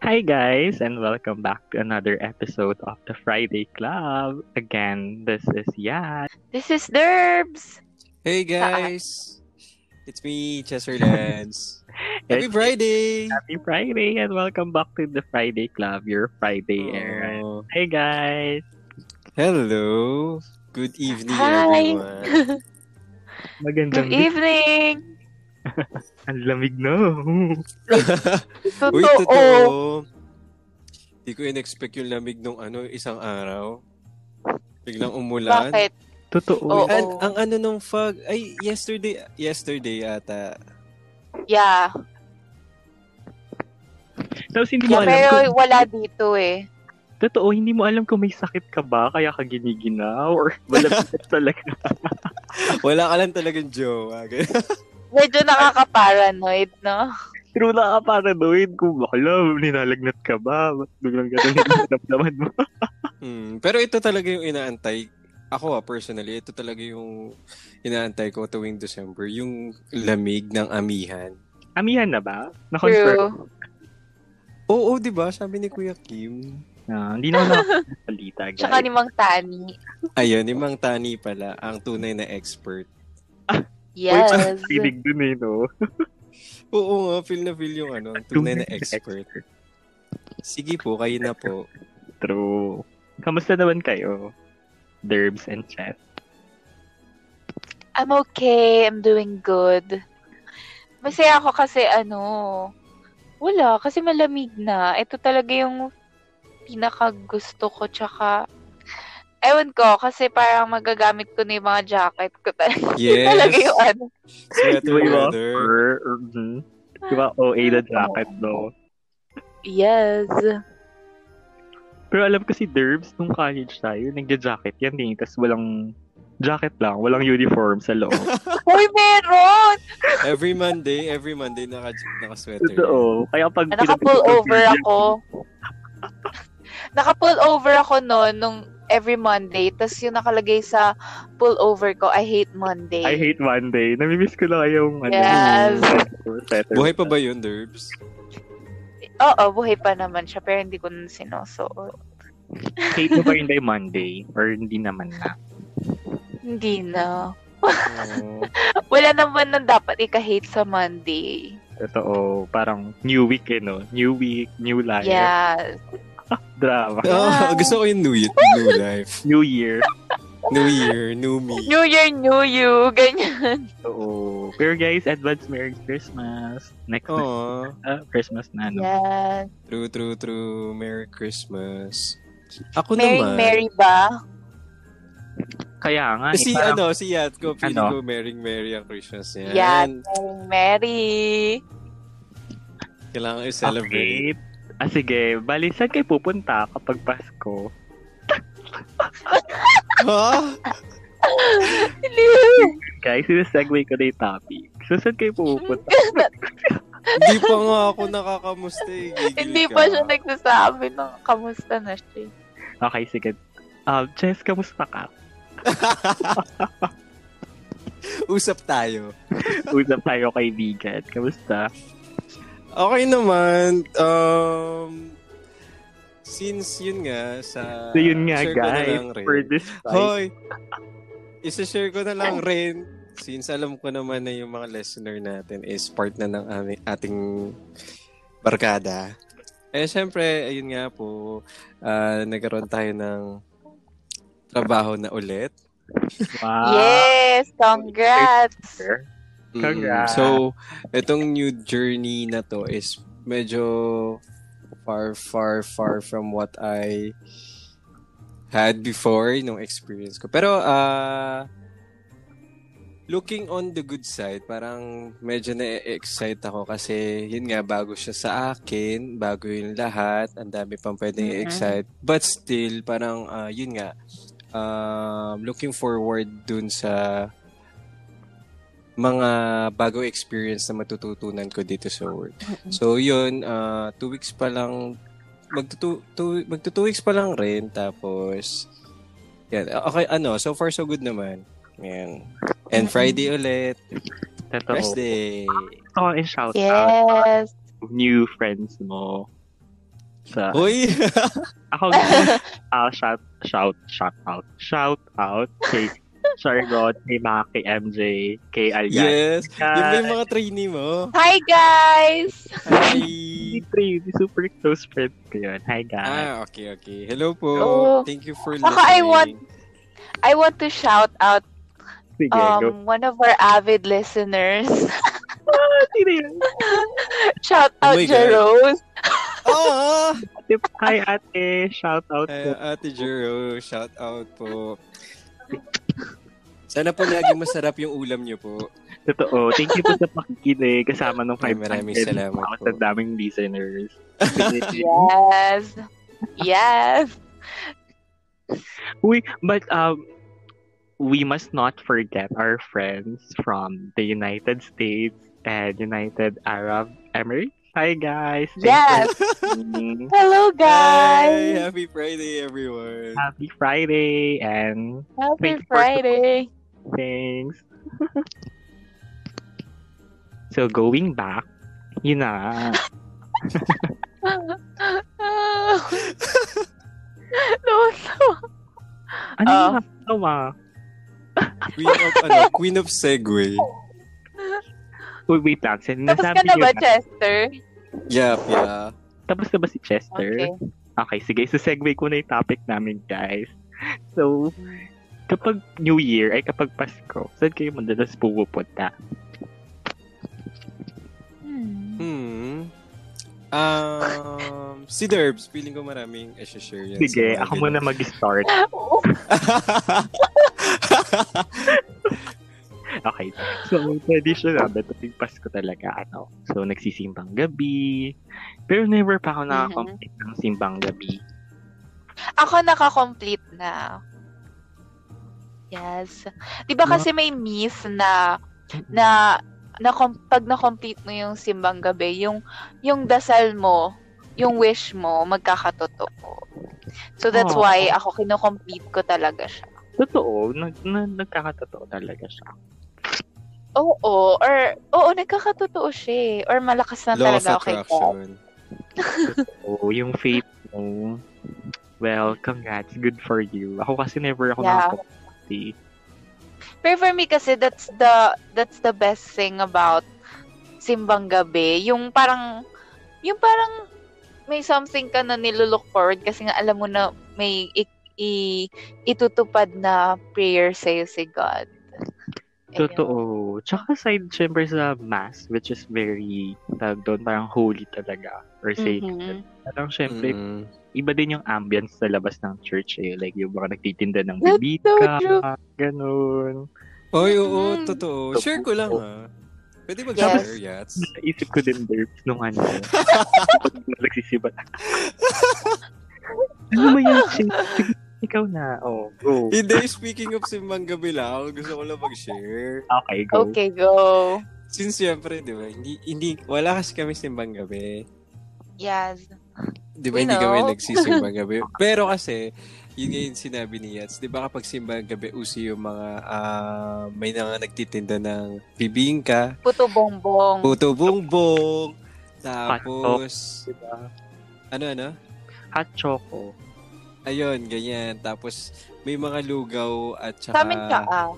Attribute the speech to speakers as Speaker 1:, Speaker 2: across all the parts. Speaker 1: Hi, guys, and welcome back to another episode of the Friday Club. Again, this is Yad.
Speaker 2: This is Derbs.
Speaker 3: Hey guys! It's me, Chester Lance. Happy
Speaker 1: It's-
Speaker 3: Friday!
Speaker 1: Happy Friday, and welcome back to the Friday Club, your Friday errand.
Speaker 3: Oh,
Speaker 1: Hi, guys.
Speaker 3: hello! Good evening,
Speaker 2: Hi.
Speaker 3: everyone.
Speaker 1: Magandang
Speaker 2: Good evening.
Speaker 1: Ang lamig na.
Speaker 3: Uy,
Speaker 2: Totoo.
Speaker 3: totoo! Di ko in-expect yung lamig nung ano, isang araw. Biglang umulan.
Speaker 2: Bakit?
Speaker 1: Totoo.
Speaker 2: Oo.
Speaker 3: An- ang ano nung fog, ay, yesterday, yesterday ata.
Speaker 2: Yeah.
Speaker 1: Tapos hindi mo
Speaker 2: yeah
Speaker 1: alam kung,
Speaker 2: pero wala dito eh.
Speaker 1: totoo, hindi mo alam kung may sakit ka ba, kaya ka giniginaw, or malapit talaga.
Speaker 3: Wala ka lang talagang jowa.
Speaker 2: Medyo nakaka-paranoid, no?
Speaker 1: True na ka paranoid kung alam, ninalagnat ka ba? Ba't biglang ganun yung naman mo?
Speaker 3: Hmm, pero ito talaga yung inaantay. Ako ah, personally, ito talaga yung inaantay ko tuwing December. Yung lamig ng amihan.
Speaker 1: Amihan na ba? Na-confirm?
Speaker 2: True.
Speaker 3: Oo, di ba? Sabi ni Kuya Kim.
Speaker 1: Ah, hindi na ako nakakalita, guys.
Speaker 2: Tsaka ni Mang Tani.
Speaker 3: Ayun, yung Mang Tani pala, ang tunay na expert.
Speaker 2: Yes.
Speaker 1: Tinig dun eh, no?
Speaker 3: Oo nga, feel na feel yung ano, ang tunay na expert. Sige po, kayo na po.
Speaker 1: True. Kamusta naman kayo? Derbs and Chet.
Speaker 2: I'm okay. I'm doing good. Masaya ako kasi ano, wala. Kasi malamig na. Ito talaga yung pinaka gusto ko. Tsaka, ewan ko, kasi parang magagamit ko na yung mga jacket ko talaga.
Speaker 3: Yes!
Speaker 2: talaga yung ano.
Speaker 3: Sweater
Speaker 1: Diba?
Speaker 3: weather.
Speaker 1: Or, or, mm, diba, OA na jacket, no?
Speaker 2: Yes.
Speaker 1: Pero alam ko si Derbs, nung college tayo, nagja-jacket yan eh. Tapos walang jacket lang, walang uniform sa loob.
Speaker 2: Hoy, meron!
Speaker 3: Every Monday, every Monday, naka, naka-sweater.
Speaker 1: Totoo. Kaya pag
Speaker 2: Naka-pull
Speaker 1: pinapag-
Speaker 2: over ako. Naka-pull over ako noon nung every Monday. Tapos yung nakalagay sa pull over ko, I hate Monday.
Speaker 1: I hate Monday. Namimiss ko na yung ano,
Speaker 2: Yes.
Speaker 1: sweater.
Speaker 3: Buhay pa ba yun, Derbs?
Speaker 2: Oo, buhay pa naman siya. Pero hindi ko nun sinusuot.
Speaker 1: Hate mo pa yun by Monday? Or hindi naman na?
Speaker 2: Hindi na.
Speaker 3: Oo.
Speaker 2: Wala naman nang dapat ika-hate sa Monday.
Speaker 1: Totoo. oh, Parang new week eh, no? New week, new life.
Speaker 2: Yes.
Speaker 1: Drama.
Speaker 3: Ah,
Speaker 2: Yeah.
Speaker 3: gusto ko yung new, year, new life.
Speaker 1: New year.
Speaker 3: New year, new me.
Speaker 2: New Year, New You. Ganyan.
Speaker 1: Oo. oh. Pero guys, advance Merry Christmas. Next
Speaker 3: Oh.
Speaker 1: na-
Speaker 3: Aww.
Speaker 1: ah, Christmas na, no?
Speaker 2: Yes.
Speaker 3: True, true, true. Merry Christmas. Ako
Speaker 2: Mary,
Speaker 3: naman.
Speaker 2: Mary Ano ba?
Speaker 1: Kaya nga, eh,
Speaker 3: Si
Speaker 1: parang,
Speaker 3: ano, si Yat ko, feeling
Speaker 1: Ano?
Speaker 3: ko Merry Merry ang Christmas niya.
Speaker 2: Yes. Mary, Mary.
Speaker 3: Kailangan i-celebrate.
Speaker 1: Okay. Ah, sige. Bali, saan kayo pupunta kapag Pasko?
Speaker 3: Ha?
Speaker 1: Guys, sinusegue ko na yung topic. So, saan kayo pupunta?
Speaker 3: Hindi pa nga ako nakakamusta eh. Gigil
Speaker 2: Hindi
Speaker 3: ka.
Speaker 2: pa siya nagsasabi ng kamusta na siya.
Speaker 1: Okay, sige. Um, Jess, kamusta ka?
Speaker 3: Usap tayo.
Speaker 1: Usap tayo kay Vegan. Kamusta?
Speaker 3: Okay naman. Um, since yun nga sa...
Speaker 1: So, yun nga,
Speaker 3: share ko na
Speaker 1: guys.
Speaker 3: lang rin.
Speaker 1: For this fight,
Speaker 3: Hoy! Isa-share ko na lang rin. Since alam ko naman na yung mga listener natin is part na ng ami- ating barkada. Eh, syempre, ayun nga po, ah, nagkaroon tayo ng trabaho na ulit. Ah.
Speaker 1: wow. oh.
Speaker 2: yes! Congrats!
Speaker 3: Mm,
Speaker 1: Congrats.
Speaker 3: So, itong new journey na to is medyo far, far, far from what I had before nung experience ko. Pero, ah, looking on the good side, parang medyo na-excite ako kasi yun nga, bago siya sa akin, bago yung lahat, ang dami pang pwedeng
Speaker 2: Mhm.
Speaker 3: i-excite. But still, parang ah, yun nga, um, looking forward dun sa mga bago experience na matututunan ko dito sa work. So yun, ah, two weeks pa lang, magtutu, two, magtu two weeks pa lang rin, tapos, yan, okay, ano, so far so good naman. Yan. And Friday ulit,
Speaker 1: Totoo.
Speaker 3: rest day.
Speaker 1: oh, Gusto ko i-shout out
Speaker 2: Yes!
Speaker 1: new friends mo. Sa,
Speaker 3: Hoy!
Speaker 1: ako, ah, shout, shout, shout out. Shout out kay Chargot, kay Maki, MJ, kay Alyan.
Speaker 3: yes! Yung may mga trainee mo.
Speaker 2: Hi, guys!
Speaker 3: Hi!
Speaker 1: Three, super close friend ko yun. Hi, guys.
Speaker 3: Ah, okay, okay. Hello po.
Speaker 2: Oh.
Speaker 3: Thank you for listening.
Speaker 2: Baka I want- I want to shout out
Speaker 1: Sige, go.
Speaker 2: um, one of our avid listeners.
Speaker 1: Ah, sino yun?
Speaker 2: shout
Speaker 3: Oh
Speaker 2: out,
Speaker 3: my God.
Speaker 2: Jerose.
Speaker 3: Oh!
Speaker 1: Ate, hi, ate. Shout out
Speaker 3: Ay,
Speaker 1: po.
Speaker 3: Eh, Ate Jero, shout out po. Sana po lagi masarap yung ulam niyo po.
Speaker 1: Totoo. Thank you po sa pakikinig. Kasama ng
Speaker 3: Ay, maraming
Speaker 1: 500,000
Speaker 3: salamat po.
Speaker 1: Sa daming listeners. Sige.
Speaker 2: Yes. Yes.
Speaker 1: Uy, but um, we must not forget our friends from the United States and United Arab Emirates. Hi guys.
Speaker 2: Yes.
Speaker 1: Thanks for listening.
Speaker 2: Hello,
Speaker 3: Hi!
Speaker 2: guys.
Speaker 3: Happy Friday, everyone!
Speaker 1: Happy Friday and
Speaker 2: Happy
Speaker 1: Wait,
Speaker 2: Friday.
Speaker 1: thanks. so going back, yun na.
Speaker 2: no, no.
Speaker 1: Ano
Speaker 2: Ah.
Speaker 1: yung oh, nakakatawa?
Speaker 3: Queen of, ano, Queen of Segway.
Speaker 1: Uy, wait lang. Sin-
Speaker 2: Tapos ka
Speaker 1: nasabi
Speaker 2: na
Speaker 1: niyo
Speaker 2: ba, Chester?
Speaker 3: Yap, yeah.
Speaker 1: Tapos na ba si Chester?
Speaker 2: Okay.
Speaker 1: Okay, sige. So, segue ko na yung topic namin, guys. So, kapag New Year, ay kapag Pasko, saan kayo madalas pupunta?
Speaker 2: Hmm.
Speaker 3: Hmm. Um, si Derbs, feeling ko maraming i-share yan.
Speaker 1: Sige,
Speaker 3: sa mga
Speaker 1: ako
Speaker 3: ganun.
Speaker 1: muna mag-start.
Speaker 3: Hmm.
Speaker 2: Oo.
Speaker 1: Okay. So, traditional, tuwing Pasko talaga, ano. So, nagsisimbang gabi. Pero never pa ako nakakomplete ng simbang gabi.
Speaker 2: Ako nakakomplete na. Yes. Di ba
Speaker 1: Mga-
Speaker 2: kasi may miss na na na kom- pag na-complete mo yung simbang gabi, yung yung dasal mo, yung wish mo magkakatotoo. So that's
Speaker 1: Oh.
Speaker 2: why ako kino-complete ko talaga siya.
Speaker 1: Totoo, nag, na, nagkakatotoo talaga siya.
Speaker 2: Oo, or oo nagkakatotoo siya eh. or malakas na
Speaker 3: Law of
Speaker 2: talaga ako kay God.
Speaker 3: Attraction.
Speaker 1: Oo, yung faith mo. Well, congrats. Good for you. Ako kasi never ako
Speaker 2: Yeah.
Speaker 1: nakakomplete.
Speaker 2: Pero for me kasi that's the that's the best thing about simbang gabi, yung parang yung parang may something ka na nilulook forward kasi nga alam mo na may i, i- itutupad na prayer sa'yo si God. Ayun.
Speaker 1: Totoo. Tsaka aside, syempre, sa mass, which is very, tawag doon, parang holy talaga, or sacred.
Speaker 2: Mhm.
Speaker 1: Parang syempre,
Speaker 3: Mm.
Speaker 1: iba din yung ambience sa labas ng church eh. Like, yung mga nagtitinda ng
Speaker 2: That's so
Speaker 1: bibika,
Speaker 2: true.
Speaker 1: ganun.
Speaker 3: Oy, oo,
Speaker 2: Mm.
Speaker 3: totoo. Share ko lang, ha? Pwede ba
Speaker 2: Yes.
Speaker 3: share, Yats?
Speaker 1: Naisip ko din, Derbs, nung ano. Nagsisibat. ano ba yun? Sige, sige, Ikaw na. Oh, go.
Speaker 3: Hindi, speaking of simbang gabi lang, gusto ko lang mag-share.
Speaker 1: Okay, go.
Speaker 2: Okay, go.
Speaker 3: Since siyempre, di ba, hindi, hindi, wala kasi kami simbang gabi.
Speaker 2: Yes.
Speaker 3: Di ba,
Speaker 2: You
Speaker 3: hindi kami
Speaker 2: know?
Speaker 3: nagsisimbang gabi. Pero kasi, yun nga yung sinabi ni Yats, di ba kapag simbang gabi, uso yung mga, ah, may mga nagtitinda ng bibingka,
Speaker 2: Puto bongbong.
Speaker 3: puto bongbong, tapos,
Speaker 1: Diba?
Speaker 3: ano, ano?
Speaker 1: Hot choco.
Speaker 3: Ayun, ganyan. Tapos, may mga lugaw at saka...
Speaker 2: Sa amin ka ah.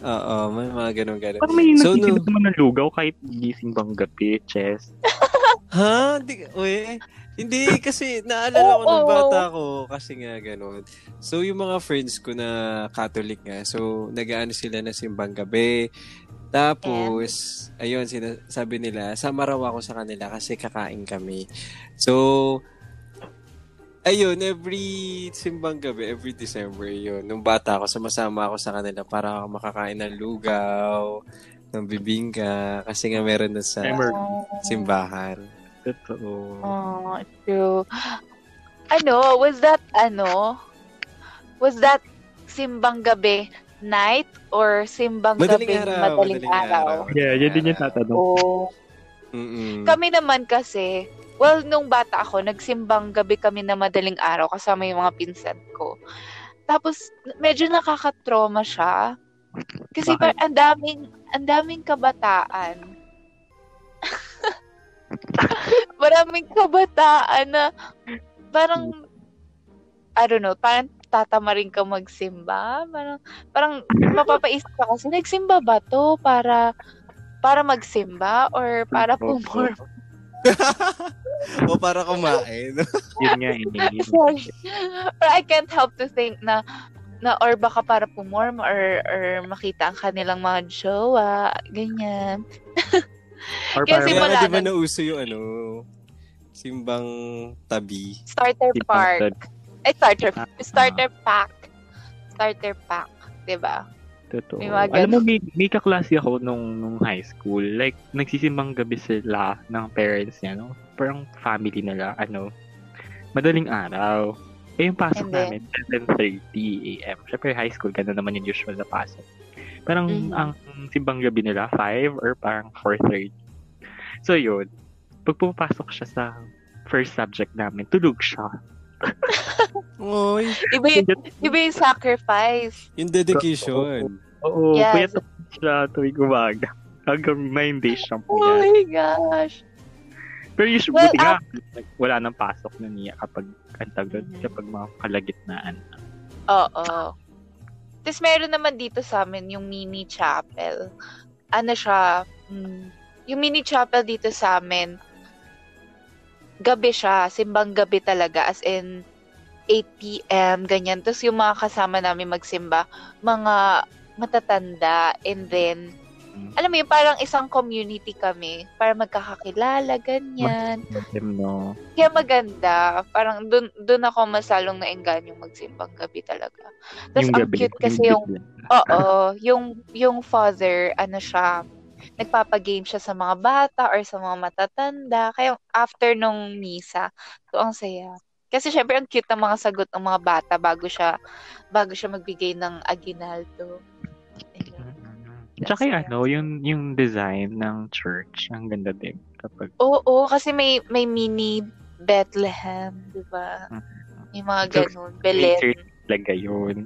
Speaker 3: Oo, may mga ganun-ganun.
Speaker 1: Parang may so,
Speaker 3: So, no.
Speaker 1: nagtitinda naman ng lugaw kahit gising bang gabi, chess.
Speaker 3: Ha? Hindi, uy. Hindi, kasi naalala ko nung
Speaker 2: Oo.
Speaker 3: bata ko, kasi nga ganun. So, yung mga friends ko na Catholic nga, so, nagaano sila na simbang gabi. Tapos, ayun, sina- sabi nila, sama raw ako sa kanila kasi kakain kami. So, ayun, every simbang gabi, every December, yun, nung bata ako, sumasama ako sa kanila para makakain ng lugaw, ng bibingka, kasi nga meron na sa
Speaker 1: Remember,
Speaker 2: Oh.
Speaker 3: simbahan.
Speaker 1: Totoo.
Speaker 2: Oh, true. Ano, was that, ano, was that simbang gabi night or simbang
Speaker 3: Madaling
Speaker 2: gabi
Speaker 3: araw.
Speaker 2: madaling, araw?
Speaker 1: Yeah, yun din yung tatanong.
Speaker 2: Oo.
Speaker 3: Mm-mm.
Speaker 2: Kami naman kasi, well, nung bata ako, nagsimbang gabi kami na madaling araw kasama yung mga pinsan ko. Tapos, medyo nakakatroma siya. Kasi
Speaker 1: Bakit?
Speaker 2: par ang daming, ang daming kabataan. maraming kabataan na parang, I don't know, parang tatama rin ka magsimba. Parang, parang mapapaisip ka kasi, nagsimba ba to para para magsimba or Oh, para pumor
Speaker 3: o para kumain.
Speaker 1: Yun nga eh.
Speaker 2: or I can't help to think na na or baka para pumorm or or makita ang kanilang mga jowa, ganyan.
Speaker 1: Or parang
Speaker 2: Kasi
Speaker 3: Kaya
Speaker 2: wala
Speaker 3: nga, di ba
Speaker 2: nun.
Speaker 3: nauso yung ano, simbang tabi.
Speaker 2: Starter
Speaker 1: Tipong
Speaker 2: park. Eh, starter,
Speaker 1: Ah.
Speaker 2: starter pack. Starter pack, 'di ba?
Speaker 1: Totoo.
Speaker 2: May mga
Speaker 1: Alam mo,
Speaker 2: ganun.
Speaker 1: may, may kaklase ako nung, nung high school. Like, nagsisimbang gabi sila ng parents niya, no? Parang family nila, ano, madaling araw. Eh, yung pasok
Speaker 2: And then?
Speaker 1: namin, 7.30 a.m. Siyempre, high school, ganun naman yung usual na pasok. Parang,
Speaker 2: Mhm.
Speaker 1: ang simbang gabi nila, 5 or parang 4.30. So, yun. Pag pumapasok siya sa first subject namin, tulog siya.
Speaker 3: Oy,
Speaker 2: Iba yung, iba yung sacrifice.
Speaker 3: yung dedication.
Speaker 1: Oo,
Speaker 2: Yes.
Speaker 1: kaya tulog siya tuwing umaga. Hanggang 9 days siyang
Speaker 2: Oh
Speaker 1: pumayag.
Speaker 2: my gosh.
Speaker 1: Pero usually,
Speaker 2: Well,
Speaker 1: buti nga, like, wala nang pasok na niya kapag, ang tawag doon,
Speaker 2: Mhm.
Speaker 1: kapag mga ano, kalagitnaan.
Speaker 2: Oo. Tapos meron naman dito sa amin yung mini chapel. Ano siya? mm, yung mini chapel dito sa amin, gabi siya. Simbang gabi talaga. As in, 8 p.m. ganyan. Tapos yung mga kasama namin magsimba, mga matatanda. And then,
Speaker 1: Mm.
Speaker 2: alam mo yun, parang isang community kami. Para magkakakilala, ganyan.
Speaker 1: Masim,
Speaker 2: Mm-hmm.
Speaker 1: no?
Speaker 2: Kaya maganda. Parang dun, dun ako masalong naengganyo magsimbang gabi talaga. Tapos ang cute kasi yung,
Speaker 1: bigla.
Speaker 2: oo, yung, yung father, ano siya, nagpapagame siya sa mga bata or sa mga matatanda. Kaya after nung misa, so ang saya. Kasi syempre ang cute ng mga sagot ng mga bata bago siya bago siya magbigay ng aginaldo. Ayun. Mm-hmm.
Speaker 1: Mhm. Tsaka yung ano, yung, yung design ng church, ang ganda din. Kapag,
Speaker 2: Oo, kasi may may mini Bethlehem, 'di ba? May mga
Speaker 1: So,
Speaker 2: ganun, Belen.
Speaker 1: talaga yun.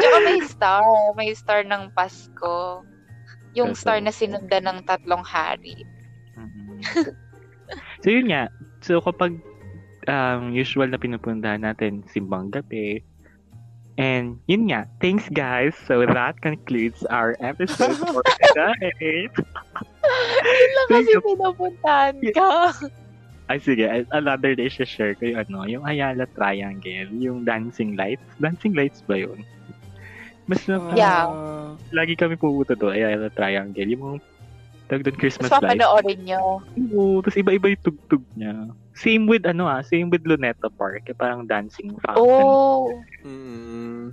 Speaker 2: Tsaka may star. May star ng Pasko. Yung
Speaker 1: Yes,
Speaker 2: star
Speaker 1: oo.
Speaker 2: na sinundan ng tatlong hari.
Speaker 1: Mhm. so yun nga, so kapag um, usual na pinupuntahan natin, simbang gabi, And yun nga, thanks guys. So that concludes our episode for today.
Speaker 2: Yun lang
Speaker 1: Thank
Speaker 2: kasi
Speaker 1: you.
Speaker 2: pinupuntahan ka.
Speaker 1: Ay, sige. Another day, share ko yung ano, yung Ayala Triangle, yung dancing lights. Dancing lights ba yun? Mas na,
Speaker 2: Yeah.
Speaker 3: Ah,
Speaker 1: lagi kami pumunta doon, Ayala Triangle. Yung mga tag doon Christmas
Speaker 2: Mas
Speaker 1: lights.
Speaker 2: papanoorin nyo.
Speaker 1: Oo, tapos iba-iba yung tugtog niya. Same with, ano ah, same with Luneta Park. Yung parang dancing
Speaker 3: Ah,
Speaker 1: fountain.
Speaker 2: Oh,
Speaker 3: Mm.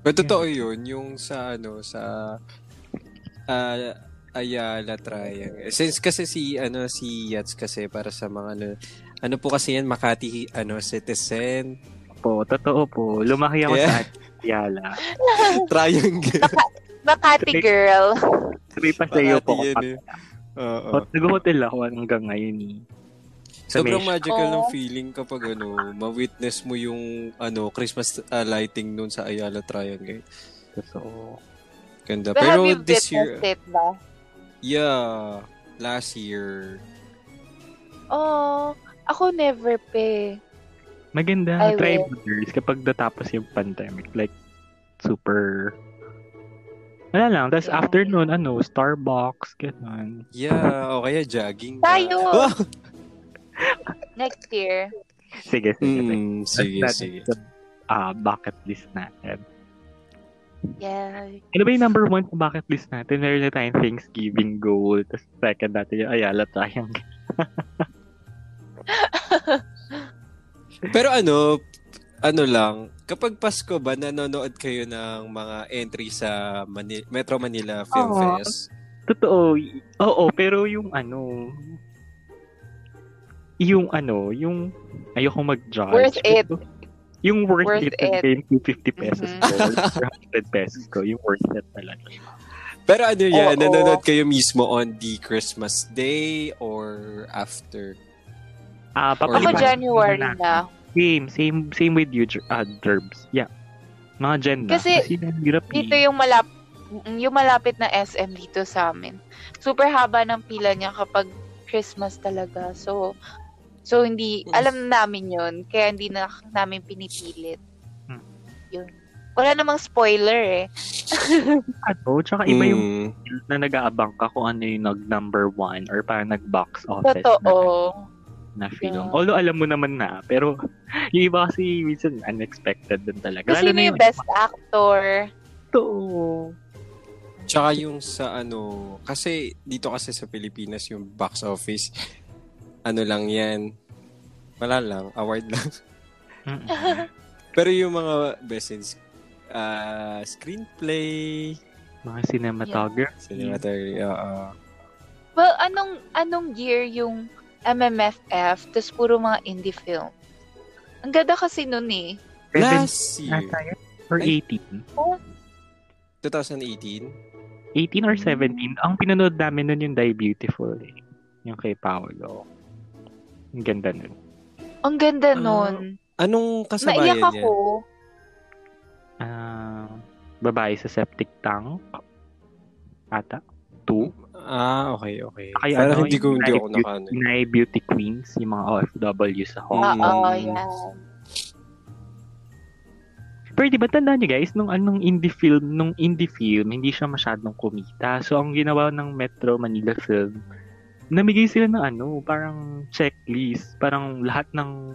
Speaker 3: Pero totoo yun, yung sa ano, sa ah, Ayala Triangle. Eh, Since kasi si, ano, si Yats kasi para sa mga ano, ano po kasi yan, Makati, ano, citizen,
Speaker 1: Po, totoo po. Lumaki ako sa
Speaker 3: Yeah.
Speaker 1: Ayala.
Speaker 3: triangle.
Speaker 2: Makati girl.
Speaker 1: Sabi pa sa iyo
Speaker 3: Makati
Speaker 1: po.
Speaker 3: yun
Speaker 1: kapag-
Speaker 3: eh. Oo.
Speaker 1: Hot- Nag-hotel ako hanggang ngayon eh. Sa
Speaker 3: Sobrang
Speaker 1: Mesh.
Speaker 3: magical
Speaker 2: Oo.
Speaker 3: ng feeling kapag ano, ma-witness mo yung ano, Christmas ah, lighting noon sa Ayala Triangle.
Speaker 1: Totoo.
Speaker 3: Ganda.
Speaker 2: But have
Speaker 3: Pero
Speaker 2: you
Speaker 3: this year,
Speaker 2: witnessed it ba?
Speaker 3: yeah, last year,
Speaker 2: Oh, ako never pa. eh.
Speaker 1: Maganda,
Speaker 2: I
Speaker 1: try
Speaker 2: will.
Speaker 1: mo, girls, kapag natapos yung pandemic. Like, super... Wala lang. Tapos
Speaker 2: Yeah.
Speaker 1: after nun, ano, Starbucks, ganun.
Speaker 3: Yeah, o kaya jogging. na.
Speaker 2: Tayo!
Speaker 3: Ah!
Speaker 2: Next year.
Speaker 1: Sige, sige. sige.
Speaker 3: Mm, sige,
Speaker 1: That's
Speaker 3: sige.
Speaker 1: the, Ah, bucket list natin.
Speaker 2: Yeah.
Speaker 1: Ano ba yung number one sa bucket list natin? Meron na tayong Thanksgiving goal. Tapos second natin yung Ayala Triangle.
Speaker 3: Pero ano, ano lang, kapag Pasko ba, nanonood kayo ng mga entry sa Mani- Metro Manila Film
Speaker 1: Oo.
Speaker 3: Fest?
Speaker 1: Totoo. y- Oo, pero yung ano... Yung ano, yung... Ayokong mag-judge.
Speaker 2: Worth it.
Speaker 1: pero Yung worth,
Speaker 2: Worth
Speaker 1: it, na
Speaker 2: it.
Speaker 1: game, yung 50 pesos
Speaker 2: Mhm.
Speaker 1: ko, yung 100 pesos ko, yung worth it talaga.
Speaker 3: Pero ano yan,
Speaker 2: Oo.
Speaker 3: nanonood kayo mismo on the Christmas Day or after?
Speaker 1: Ah,
Speaker 2: Ako
Speaker 3: Or-
Speaker 1: papalipas
Speaker 2: January
Speaker 1: muna.
Speaker 2: na.
Speaker 1: Same, same, same with you, Jer- ah, Jerbs. Yeah. Mga Jen na.
Speaker 2: Kasi
Speaker 1: Kasi hirap
Speaker 2: Dito
Speaker 1: eh.
Speaker 2: yung malap Mm, Yung malapit na SM dito sa amin. Super haba ng pila niya kapag Christmas talaga. So, so hindi,
Speaker 3: Yes.
Speaker 2: alam namin yun. Kaya hindi na namin pinipilit.
Speaker 1: Hmm.
Speaker 2: Yun. Wala namang spoiler eh.
Speaker 1: Ano? Tsaka iba yung
Speaker 3: Mm.
Speaker 1: feel na nag-aabang ka kung ano yung nag number one or parang nag-box office na,
Speaker 2: Totoo.
Speaker 1: na film.
Speaker 2: Yeah.
Speaker 1: Although alam mo naman na, pero yung iba kasi minsan unexpected din talaga.
Speaker 2: Kasi sino yung best actor?
Speaker 1: Totoo.
Speaker 3: Tsaka yung sa ano, kasi dito kasi sa Pilipinas yung box office, ano lang yan, wala lang, award lang.
Speaker 1: Mm-mm.
Speaker 3: Pero yung mga best in sc- ah, screenplay,
Speaker 1: Mga cinematography.
Speaker 3: cinematography, oo.
Speaker 2: Well, anong anong year yung MMFF tapos puro mga indie film? Ang ganda kasi nun eh.
Speaker 3: Last year,
Speaker 1: Nasa yun? Or
Speaker 3: Ay.
Speaker 1: 18?
Speaker 3: 2018,
Speaker 1: 18 or 17. Ang pinanood namin nun yung Die Beautiful eh. Yung kay Paolo. Ang ganda nun.
Speaker 2: Ang ganda
Speaker 3: Ah,
Speaker 2: nun.
Speaker 3: anong kasabayan
Speaker 2: Naiyak
Speaker 3: niya?
Speaker 2: ako.
Speaker 1: Ah, babae sa septic tank. Ata. Two.
Speaker 3: Ah, okay, okay.
Speaker 1: Ay,
Speaker 3: Parang
Speaker 1: ano,
Speaker 3: hindi ko, hindi ako eh.
Speaker 1: yung-
Speaker 3: nakano.
Speaker 1: Inay Beauty Queens. Yung mga OFW sa Hong.
Speaker 3: Mm.
Speaker 2: Oo, yan.
Speaker 1: Pero di ba tandaan nyo guys, nung anong indie film, nung indie film, hindi siya masyadong kumita. So, ang ginawa ng Metro Manila Film, namigay sila ng ano, parang checklist, parang lahat ng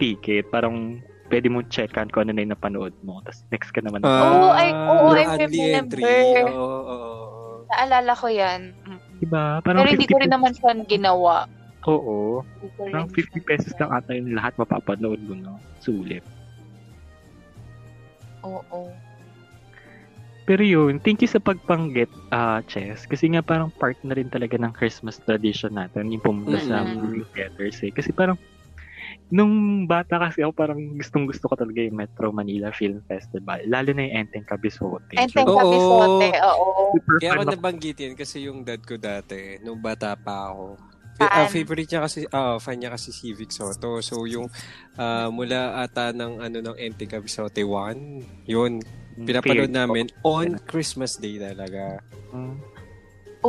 Speaker 1: ticket, parang pwede mo checkan kung ano na yung napanood mo. Tapos next ka naman.
Speaker 3: Ah,
Speaker 2: Oo, ay- oo, I
Speaker 3: yung early
Speaker 2: remember.
Speaker 3: entry, Oo, oo, oo.
Speaker 2: Naalala ko yan.
Speaker 1: di ba?
Speaker 2: Mm.
Speaker 1: Oh, diba? Parang
Speaker 2: Pero hindi
Speaker 1: 50
Speaker 2: ko rin naman siya ginawa.
Speaker 1: Oo.
Speaker 2: Hindi ko rin
Speaker 1: Parang
Speaker 2: siya
Speaker 1: 50 pesos lang
Speaker 2: ginawa.
Speaker 1: ata yung lahat mapapanood mo, no? Sulit.
Speaker 2: Oo.
Speaker 1: Pero yun, thank you sa pagpanggit, ah Chess. Kasi nga parang part na rin talaga ng Christmas tradition natin, yung pumunta sa
Speaker 3: Mm-hmm.
Speaker 2: Mm.
Speaker 1: movie theaters eh. Kasi parang, nung bata kasi ako, parang gustong gusto ko talaga yung Metro Manila Film Festival. Lalo na yung Enteng Cabisote.
Speaker 2: And thank
Speaker 3: Oo.
Speaker 2: you, Bisote. Oo.
Speaker 1: super
Speaker 3: Kaya ako
Speaker 1: fan ako.
Speaker 3: nabanggit yan kasi yung dad ko dati, nung bata pa ako. Fa- ah,
Speaker 2: Fan.
Speaker 3: favorite niya kasi, ah, fan niya kasi si Vic Soto. So yung ah, mula ata ng ano ng NT Cabisote 1, yun, pinapanood
Speaker 1: Favorite
Speaker 3: namin
Speaker 1: ko.
Speaker 3: on Christmas Day talaga.
Speaker 1: Mm.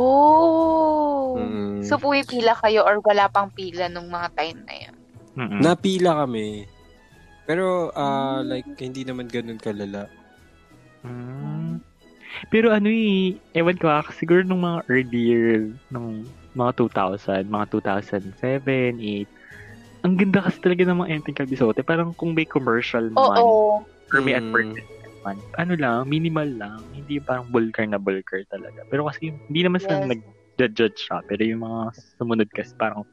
Speaker 2: Oh.
Speaker 3: Mm.
Speaker 2: So, pumipila kayo or wala pang pila nung mga time na yan?
Speaker 1: Mm-mm.
Speaker 3: Napila kami. Pero ah,
Speaker 2: Hmm.
Speaker 3: like hindi naman ganun kalala.
Speaker 1: Mm. Pero ano eh, ewan ko ah, siguro nung mga early years, nung mga 2000, mga 2007, 8, ang ganda kasi talaga ng mga enteng kabisote. Parang kung may commercial
Speaker 2: Oo.
Speaker 1: man, or may
Speaker 3: Mm.
Speaker 1: advertisement man, ano lang, minimal lang, hindi parang bulkar na bulkar talaga. Pero kasi hindi naman sila
Speaker 2: Yes.
Speaker 1: nag-judge siya, pero yung mga sumunod kasi parang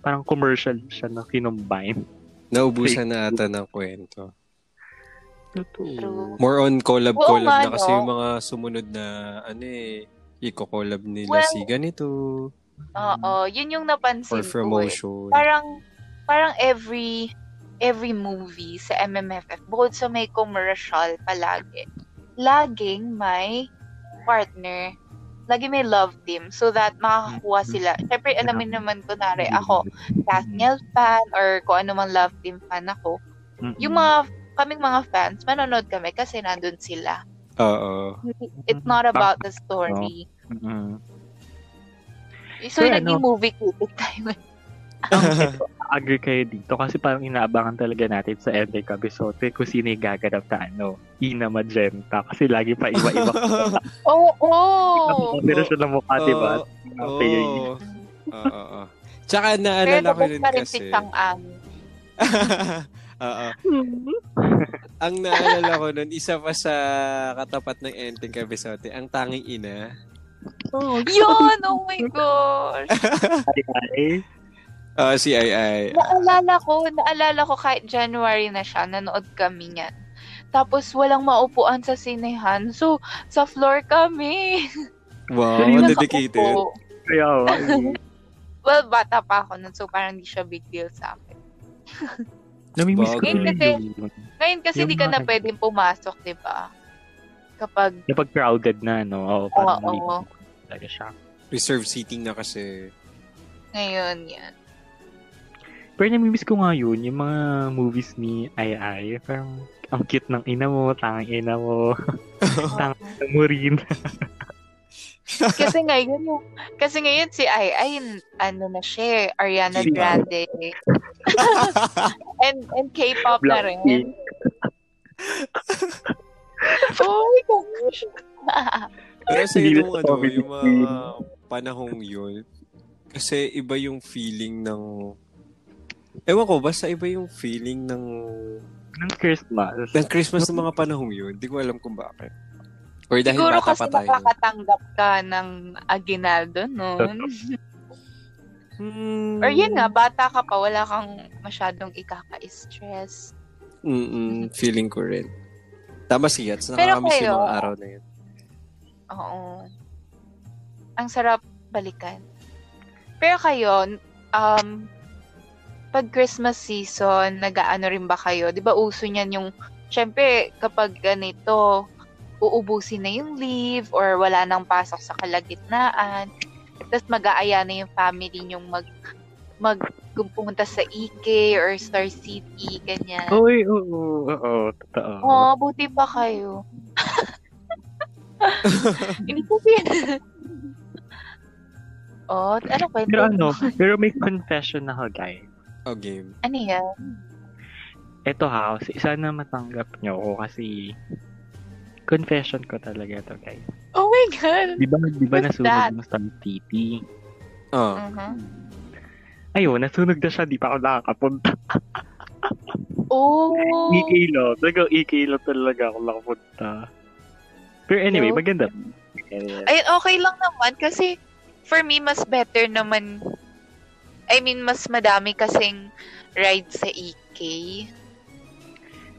Speaker 1: parang commercial siya na kinumbine.
Speaker 3: Naubusan na ata ng kwento.
Speaker 1: Totoo.
Speaker 3: More on
Speaker 2: Oo
Speaker 3: collab-collab
Speaker 2: nga,
Speaker 3: na kasi
Speaker 2: no?
Speaker 3: yung mga sumunod na ano eh, iko-collab nila
Speaker 2: Well,
Speaker 3: si ganito
Speaker 2: Oo. Yun yung napansin ko
Speaker 3: or
Speaker 2: eh.
Speaker 3: promotion.
Speaker 2: Parang, parang every every movie sa MMFF, bukod sa may commercial palagi, laging may partner. Lagi may love team so that makakakuha
Speaker 3: Mm.
Speaker 2: sila. Siyempre, alamin naman kunwari
Speaker 1: Mm.
Speaker 2: ako, Daniel fan or kung ano mang love team fan ako.
Speaker 1: Mm-mm.
Speaker 2: Yung mga, kaming mga fans, manonood kami kasi nandun sila.
Speaker 3: Oo.
Speaker 2: Hindi-
Speaker 3: Mm.
Speaker 2: It's not about the story.
Speaker 1: Mm-mm.
Speaker 2: So,
Speaker 3: ano?
Speaker 1: Kaya
Speaker 2: naging movie critic tayo.
Speaker 1: agree kayo dito kasi parang inaabangan talaga natin sa Ende Cabisote kung sino yung gaganap na ano, Ina Magenta kasi lagi pa iba-iba.
Speaker 2: Oo!
Speaker 1: Oh, Pero siya na mukha, diba? di ba?
Speaker 3: Oo. Oo. Oo, oo. Tsaka naalala ko
Speaker 2: Pero
Speaker 3: rin
Speaker 2: dapat pa rin um, si
Speaker 3: kasi.
Speaker 2: Chang Ang.
Speaker 3: Oo. Ang naalala ko nun, isa pa sa katapat ng Enteng Cabesote, ang tanging ina.
Speaker 2: Yun! Oh my gosh!
Speaker 1: Ay,
Speaker 3: Oo, si Ai Ai.
Speaker 2: naalala ko, naalala ko kahit January na siya, nanood kami niyan. Tapos walang maupuan sa sinehan. So, sa floor kami.
Speaker 3: Wow,
Speaker 1: Yun ang
Speaker 3: dedicated.
Speaker 2: Nakaupo.
Speaker 1: kaya ba?
Speaker 2: Well, bata pa ako nun, so parang hindi siya big deal sa akin.
Speaker 1: Namimiss ko
Speaker 3: Bagay.
Speaker 1: rin
Speaker 2: Kasi-
Speaker 1: yun.
Speaker 2: Ngayon kasi
Speaker 1: Yung
Speaker 2: di ka na
Speaker 1: mga-
Speaker 2: pwedeng pumasok, di ba? Kapag,
Speaker 1: Kapag crowded na, no? Oo, parang
Speaker 2: Oo.
Speaker 1: oh, talaga siya.
Speaker 3: Reserved seating na kasi.
Speaker 2: ngayon yan.
Speaker 1: Pero namimiss ko nga yun, yung mga movies ni Ai Ai. Parang, ang cute ng ina mo, tangang ina mo. Tang- Alam mo rin.
Speaker 2: Kasi ngayon yung, kasi ngayon si Ai Ai, ano na siya, eh, Ariana
Speaker 1: Si-
Speaker 2: Grande. and and K-pop na rin.
Speaker 1: Blackpink.
Speaker 2: oh my gosh.
Speaker 3: Pero sa
Speaker 1: Hindi na
Speaker 3: yung,
Speaker 1: sa
Speaker 3: ano,
Speaker 1: COVID-19.
Speaker 3: yung mga panahong yun, kasi iba yung feeling ng... Ewan ko, basta iba yung feeling ng,
Speaker 1: Ng Christmas.
Speaker 3: ng Christmas ng mga panahong yun. Hindi ko alam kung bakit. Or dahil
Speaker 2: Siguro
Speaker 3: bata
Speaker 2: kasi
Speaker 3: pa tayo.
Speaker 2: makakatanggap ka ng aginaldo noon.
Speaker 3: Hmm.
Speaker 2: Or yun nga, bata ka pa, wala kang masyadong ikaka-stress.
Speaker 3: Mm-mm, feeling ko rin. Tama si Yats,
Speaker 2: Pero
Speaker 3: nakakamiss yung
Speaker 2: kayo-
Speaker 3: mga araw na yun.
Speaker 2: Oo. Ang sarap balikan. Pero kayo, um, pag Christmas season, nag-ano rin ba kayo? Di ba uso niyan yung, syempre, kapag ganito, uubusin na yung leave or wala nang pasok sa kalagitnaan. Tapos mag-aaya na yung family niyong mag mag pumunta sa EK or Star City, ganyan. Oo,
Speaker 1: Uy, oo, oo, oo, totoo.
Speaker 2: buti pa kayo. Hindi ko pin- oh, ano kwento?
Speaker 1: Pero ano, pero may confession ako, guys.
Speaker 3: Oh, game.
Speaker 2: Ano yan?
Speaker 1: Ito ha, s- sana matanggap nyo ako kasi confession ko talaga to, guys.
Speaker 2: Oh my God!
Speaker 1: Di ba, di ba
Speaker 2: What's
Speaker 1: nasunog
Speaker 2: that?
Speaker 1: yung Star City?
Speaker 3: Oh.
Speaker 2: Mhm.
Speaker 1: Ayun, nasunog na siya, di pa ako nakakapunta.
Speaker 2: Oh!
Speaker 1: Ikilo. Talaga, ikilo talaga ako nakapunta. Pero anyway,
Speaker 2: Yo.
Speaker 1: maganda. Eh,
Speaker 2: Ay, okay lang naman kasi for me, mas better naman. I mean, mas madami kasing ride sa EK.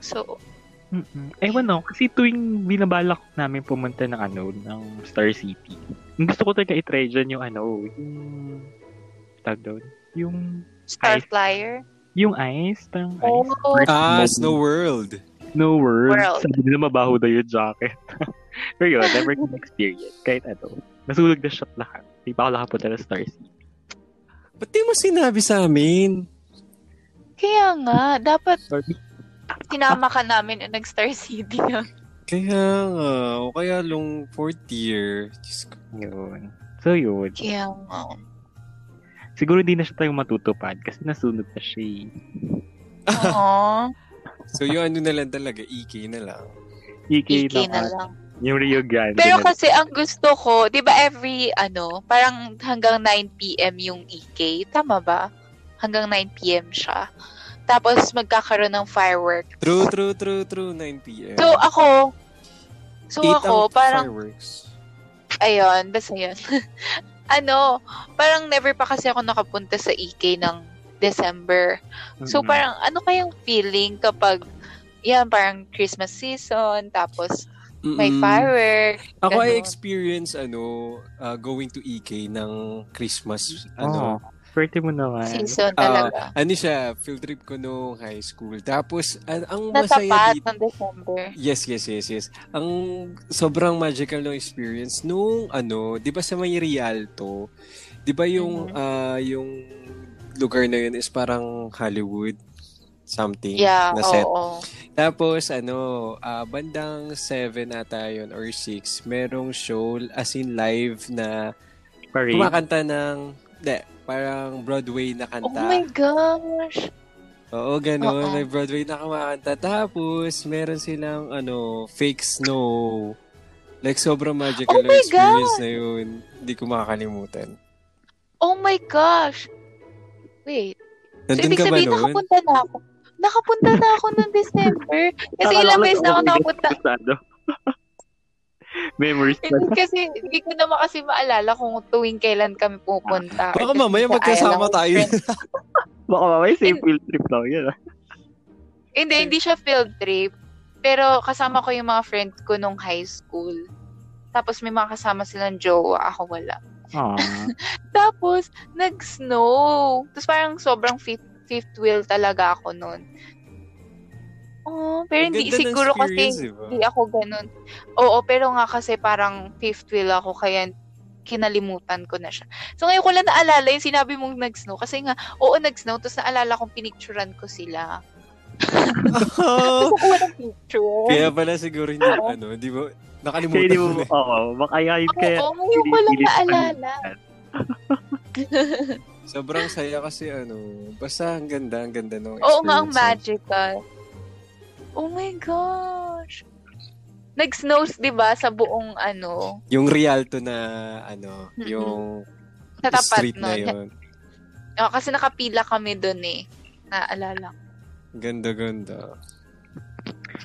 Speaker 2: So,
Speaker 1: mm-mm. Ewan no, kasi tuwing binabalak namin pumunta ng ano, ng Star City, gusto ko talaga itry dyan yung ano, yung, tag doon, yung,
Speaker 2: Star
Speaker 1: Ice.
Speaker 2: Flyer.
Speaker 1: yung ice, parang
Speaker 2: Oh.
Speaker 1: ice. First
Speaker 3: Ah,
Speaker 1: mode.
Speaker 3: Snow World.
Speaker 1: No world.
Speaker 2: World.
Speaker 1: Sabi nila mabaho daw yung jacket. Pero yun, never can experience. Kahit ano. Nasunog na shot lahat. Di pa ako nakapunta ng Star City.
Speaker 3: Ba't di mo sinabi sa amin?
Speaker 2: Kaya nga, dapat
Speaker 1: Sorry.
Speaker 2: sinama ka namin nung nag-Star City yun.
Speaker 3: Kaya nga, o kaya long fourth year. Diyos ko.
Speaker 1: Yun. So yun.
Speaker 2: Kaya nga.
Speaker 1: Siguro hindi na siya tayong matutupad kasi nasunog na siya. eh.
Speaker 2: Aww.
Speaker 3: So yung ano na lang talaga, EK na lang.
Speaker 1: EK,
Speaker 2: EK
Speaker 1: na,
Speaker 2: na lang.
Speaker 1: Yung Rio Grande.
Speaker 2: Pero
Speaker 1: na-
Speaker 2: kasi ang gusto ko, 'di ba every ano, parang hanggang 9 PM yung EK, tama ba? Hanggang 9 PM siya. Tapos magkakaroon ng firework.
Speaker 3: True, true, true, true, 9pm.
Speaker 2: So ako So ako parang
Speaker 3: Fireworks.
Speaker 2: ayun, basta 'yun. ano, parang never pa kasi ako nakapunta sa EK ng December. So
Speaker 1: Mm-mm.
Speaker 2: parang ano kayang feeling kapag yan parang Christmas season tapos may
Speaker 3: Mm-mm.
Speaker 2: fireworks.
Speaker 3: Ako ay
Speaker 2: ganun.
Speaker 3: experience, ano, uh, going to EK ng Christmas,
Speaker 1: Oo.
Speaker 3: ano.
Speaker 1: Swerte mo naman.
Speaker 2: season talaga.
Speaker 3: Ano siya, field trip ko noong high school. Tapos, an- ang masaya
Speaker 2: Natapat
Speaker 3: dito.
Speaker 2: ng December.
Speaker 3: Yes, yes, yes, yes. Ang sobrang magical ng experience nung ano, 'di ba sa may Rialto? 'Di ba yung
Speaker 2: Mhm.
Speaker 3: ah, yung lugar na yun is parang Hollywood something
Speaker 2: Yeah,
Speaker 3: na
Speaker 2: oo. Oh
Speaker 3: set. Tapos ano, ah, bandang 7 ata yun or 6, merong show as in live na
Speaker 1: Parade.
Speaker 3: kumakanta ng de, parang Broadway na kanta.
Speaker 2: Oh my gosh.
Speaker 3: Oo, ganun.
Speaker 2: Oo.
Speaker 3: May Broadway na kumakanta. Tapos, meron silang, ano, fake snow. Like, sobrang magical
Speaker 2: Oh
Speaker 3: yung
Speaker 2: my
Speaker 3: experience na yun. Hindi ko makakalimutan.
Speaker 2: Oh my gosh. Wait. So,
Speaker 3: Nandun
Speaker 2: ibig
Speaker 3: ka ba
Speaker 2: sabihin,
Speaker 3: noon?
Speaker 2: nakapunta na ako. Nakapunta na ako ng December. Kasi
Speaker 1: Akala
Speaker 2: ilang
Speaker 1: ko
Speaker 2: beses na ako
Speaker 1: nakapunta.
Speaker 2: nakapunta.
Speaker 1: Ano? Memories na.
Speaker 2: Hindi kasi, hindi ko naman kasi maalala kung tuwing kailan kami pupunta.
Speaker 3: Baka
Speaker 2: Kasi
Speaker 3: mamaya
Speaker 2: sa
Speaker 3: magkasama
Speaker 2: island.
Speaker 3: tayo.
Speaker 1: Baka mamaya same field trip lang yun. ah.
Speaker 2: Hindi, hindi siya field trip. Pero kasama ko yung mga friends ko nung high school. Tapos may mga kasama silang jowa. Ako wala.
Speaker 1: Aw.
Speaker 2: Tapos, nag-snow. Tapos parang sobrang fifth, fifth wheel talaga ako nun. Oh, pero
Speaker 3: Ang
Speaker 2: hindi
Speaker 3: ganda ng
Speaker 2: siguro
Speaker 3: experience,
Speaker 2: kasi
Speaker 3: eh. di ba?
Speaker 2: hindi ako ganun. Oo, pero nga kasi parang fifth wheel ako kaya kinalimutan ko na siya. So ngayon ko lang naalala yung sinabi mong nag-snow kasi nga, oo nag-snow tapos naalala kong pinicturean ko sila. Tapos
Speaker 3: Oh.
Speaker 2: ako walang picture.
Speaker 3: Kaya pala siguro hindi, ano, di ba,
Speaker 1: Kaya
Speaker 3: Nakalimutan
Speaker 1: di
Speaker 3: ko
Speaker 1: mo,
Speaker 3: na eh.
Speaker 1: oo, baka yun kaya
Speaker 2: Oo, ngayon ko lang
Speaker 1: pinipilit pa
Speaker 2: naalala.
Speaker 3: Sobrang saya kasi ano, basta ang ganda, ang ganda nung experience.
Speaker 2: Oo nga, ang
Speaker 3: na-
Speaker 2: magical. Oh my gosh. Nag-snows, di ba, sa buong ano,
Speaker 3: Yung Rialto na ano,
Speaker 2: Mm-mm.
Speaker 3: yung
Speaker 2: sa tapat
Speaker 3: street na
Speaker 2: nun.
Speaker 3: yun.
Speaker 2: Oh, kasi nakapila kami dun eh. Naalala ko.
Speaker 3: Ganda, ganda.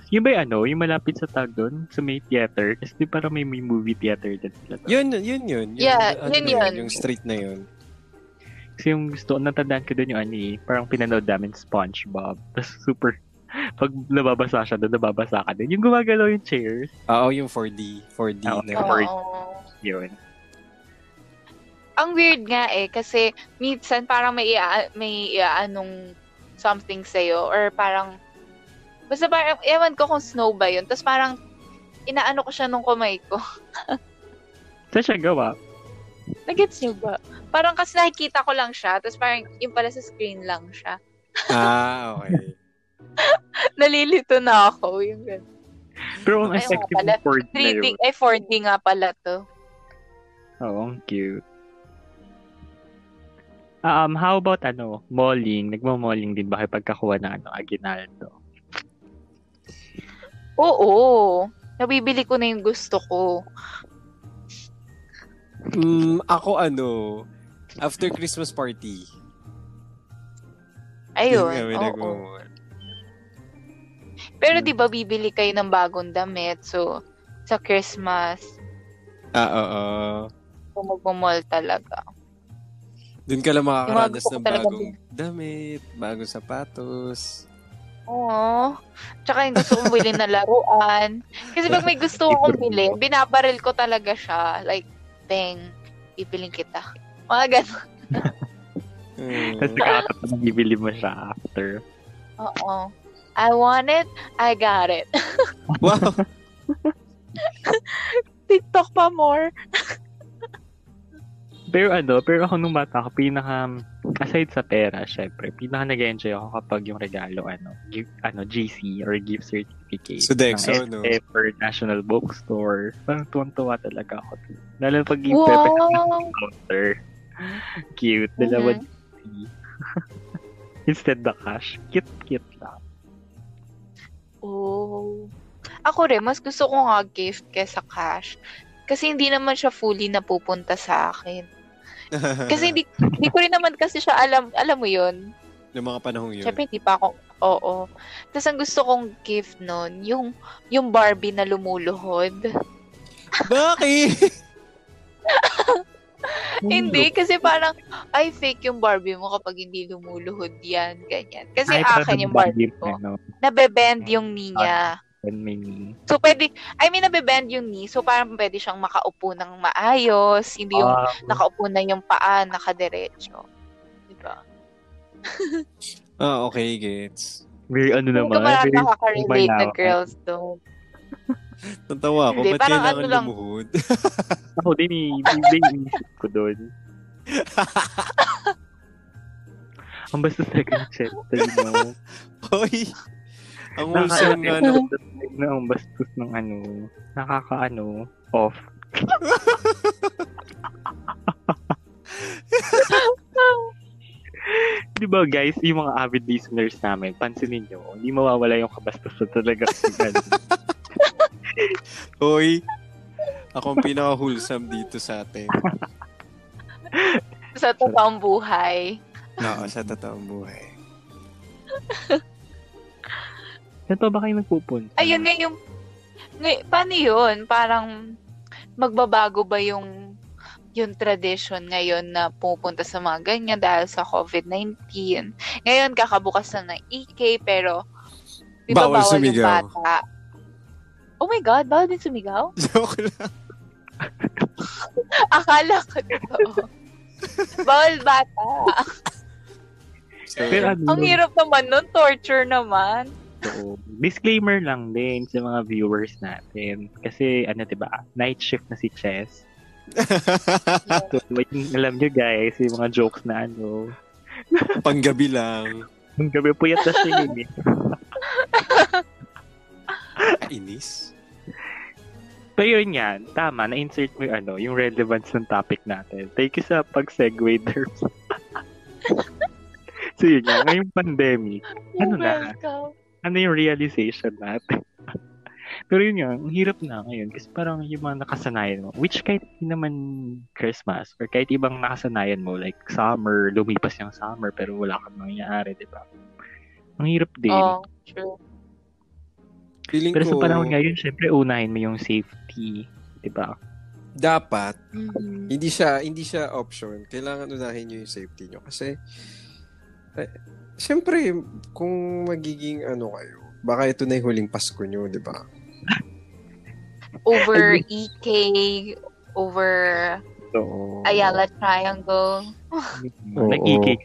Speaker 1: Yung ba yung ano, yung malapit sa tag doon, sa may theater, kasi di parang may, may movie theater din sila. doon.
Speaker 3: Yun, yun, yun. Yung, ano
Speaker 2: Yeah, yun,
Speaker 3: na
Speaker 2: yun.
Speaker 3: Yung street na yun.
Speaker 1: Kasi yung gusto, natandaan ko doon yung ano eh, parang pinanood namin Spongebob. Tapos super, pag nababasa siya doon, nababasa ka din. Yung gumagalaw yung chairs,
Speaker 3: Oo, Ah, oh, yung 4D. 4D
Speaker 1: Oo, oo.
Speaker 3: na.
Speaker 1: Memory.
Speaker 2: Oo.
Speaker 1: yun.
Speaker 2: Ang weird nga eh, kasi minsan parang may, ia- may iaanong something sa'yo or parang, basta parang, ewan ko kung snow ba yun. Tapos parang, inaano ko siya nung kumay ko.
Speaker 1: Saan siya gawa?
Speaker 2: Nag-gets niyo ba? Parang kasi nakikita ko lang siya, tapos parang yung pala sa screen lang siya.
Speaker 3: Ah, okay.
Speaker 2: Nalilito na ako. Yung ganun.
Speaker 1: Pero ang
Speaker 2: Ayun nga
Speaker 1: effective
Speaker 2: pala,
Speaker 1: ng cord na
Speaker 2: 3D,
Speaker 1: yun.
Speaker 2: ay 4D nga pala to.
Speaker 1: Oo, ang cute. Ah, Um, how about ano, malling? Nagmo-malling din ba kayo pagkakuha ng ano, aginaldo?
Speaker 2: Oo. Nabibili ko na yung gusto ko.
Speaker 3: Mm, ako ano, after Christmas party.
Speaker 2: Ayun.
Speaker 3: Yun kami
Speaker 2: Oo.
Speaker 3: nagmamahal.
Speaker 1: Mm.
Speaker 2: Pero di ba bibili kayo ng bagong damit? So, sa Christmas,
Speaker 3: Ah, oo.
Speaker 2: pumagmamall talaga.
Speaker 3: Doon ka lang makakaranas
Speaker 2: Yung mga gusto ko
Speaker 3: ng
Speaker 2: talaga
Speaker 3: bagong damit, bagong sapatos.
Speaker 2: Oo. Tsaka yung gusto kong bilhin na laruan. Kasi pag may gusto akong bilhin, binabaril ko talaga siya. Like, bang, bibiling kita. Mga ganun.
Speaker 3: Mm.
Speaker 1: Tapos nakakatapos bibili mo siya after.
Speaker 2: Oo. I want it, I got it.
Speaker 3: wow!
Speaker 2: TikTok pa more.
Speaker 1: Pero ano, pero ako nung bata ako, pinaka, aside sa pera, syempre, pinaka nag-enjoy ako kapag yung regalo, ano, gift, ano, GC or gift certificate.
Speaker 3: So, Dexo,
Speaker 1: ng
Speaker 3: no?
Speaker 1: SF or National Bookstore. Parang tuwan-tuwa talaga ako. Lalo pag yung pepe
Speaker 2: Wow.
Speaker 1: counter. Cute. Dalawa GC.
Speaker 2: Mm-hmm.
Speaker 1: Instead the cash. Cute, cute lang.
Speaker 2: Oh. Ako rin, mas gusto ko nga gift kesa cash. Kasi hindi naman siya fully napupunta sa akin. Kasi hindi, hindi ko rin naman kasi siya alam, alam mo yun.
Speaker 3: Noong mga panahong yun.
Speaker 2: Siyempre, hindi pa ako, oo. Tapos ang gusto kong gift nun, yung, yung Barbie na lumuluhod.
Speaker 3: Bakit?
Speaker 2: Hindi, kasi parang, ay, fake yung Barbie mo kapag hindi lumuluhod yan, ganyan. Kasi
Speaker 1: Ay, parang
Speaker 2: akin yung Barbie
Speaker 1: yung
Speaker 2: ko,
Speaker 1: Ano,
Speaker 2: nabebend
Speaker 1: Mm.
Speaker 2: yung knee niya.
Speaker 1: and may knee.
Speaker 2: So, pwede, I mean, nabebend yung knee, so parang pwede siyang makaupo ng maayos, hindi yung
Speaker 1: Ah,
Speaker 2: nakaupo na yung paa, nakaderecho. Diba?
Speaker 3: Ah, okay, gets.
Speaker 1: very ano
Speaker 2: Hindi
Speaker 1: naman.
Speaker 2: ka marami
Speaker 1: very-
Speaker 2: makaka-relate na
Speaker 1: Malawa.
Speaker 2: girls doon.
Speaker 3: Natawa ako.
Speaker 2: Hindi,
Speaker 3: Ba't
Speaker 2: parang
Speaker 3: kailangan
Speaker 2: ano lang.
Speaker 3: lumuhod?
Speaker 1: Ako din, eh, hindi ba yung inisip ko doon? Ang basta second chapter, no?
Speaker 3: Hoy! Ang wholesome na ano.
Speaker 1: na ang bastos ng ano, nakakaano, off. Di ba guys, yung mga avid listeners namin, pansinin nyo, hindi mawawala yung kabastusan talaga. kapag ano.
Speaker 3: Hoy! Ako ang pinaka-wholesome dito sa atin.
Speaker 2: Sa totoong buhay.
Speaker 3: Oo, sa totoong buhay.
Speaker 1: Saan pa ba kayo nagpupunta?
Speaker 2: Ayun nga yung... Ngay, paano yun? Parang magbabago ba yung yung tradition ngayon na pupunta sa mga ganyan dahil sa COVID-19. Ngayon, kakabukas na ng EK, pero di ba bawal,
Speaker 3: Bawal
Speaker 2: yung
Speaker 3: sumigaw.
Speaker 2: bata? Oh my God, bawal din sumigaw?
Speaker 3: Joke lang.
Speaker 2: Akala ko totoo. bawal bata.
Speaker 3: So,
Speaker 1: Pero ano,
Speaker 2: Ang hirap naman nun, torture naman.
Speaker 1: So, disclaimer lang din sa mga viewers natin. Kasi, ano, 'di ba night shift na si Chess. So, yung- alam nyo guys, yung mga jokes na ano.
Speaker 3: Panggabi lang.
Speaker 1: Ang gabi, puyat na siya yun eh.
Speaker 3: Kainis.
Speaker 1: Pero yun yan, tama, na-insert mo yung, ano, yung relevance ng topic natin. Thank you sa pag-segue, Derbs. so yun yan, ngayong pandemic, Ano na?
Speaker 2: Welcome.
Speaker 1: ano yung realization natin? Pero yun yun, ang hirap na ngayon kasi parang yung mga nakasanayan mo, which kahit hindi naman Christmas or kahit ibang nakasanayan mo, like summer, lumipas yung summer pero wala kang nangyayari, di ba? Ang hirap din.
Speaker 2: Oh, true.
Speaker 3: Feeling
Speaker 1: Pero
Speaker 3: ko,
Speaker 1: sa panahon ngayon, syempre unahin mo yung safety, di ba?
Speaker 3: dapat,
Speaker 2: Mhm.
Speaker 3: hindi siya, hindi siya option. Kailangan unahin nyo yung safety nyo. Kasi, eh, syempre, kung magiging ano kayo, baka ito na yung huling Pasko nyo, di ba?
Speaker 2: Over EK, over
Speaker 1: So,
Speaker 2: Ayala Triangle.
Speaker 3: Oo.
Speaker 1: nag-ikik.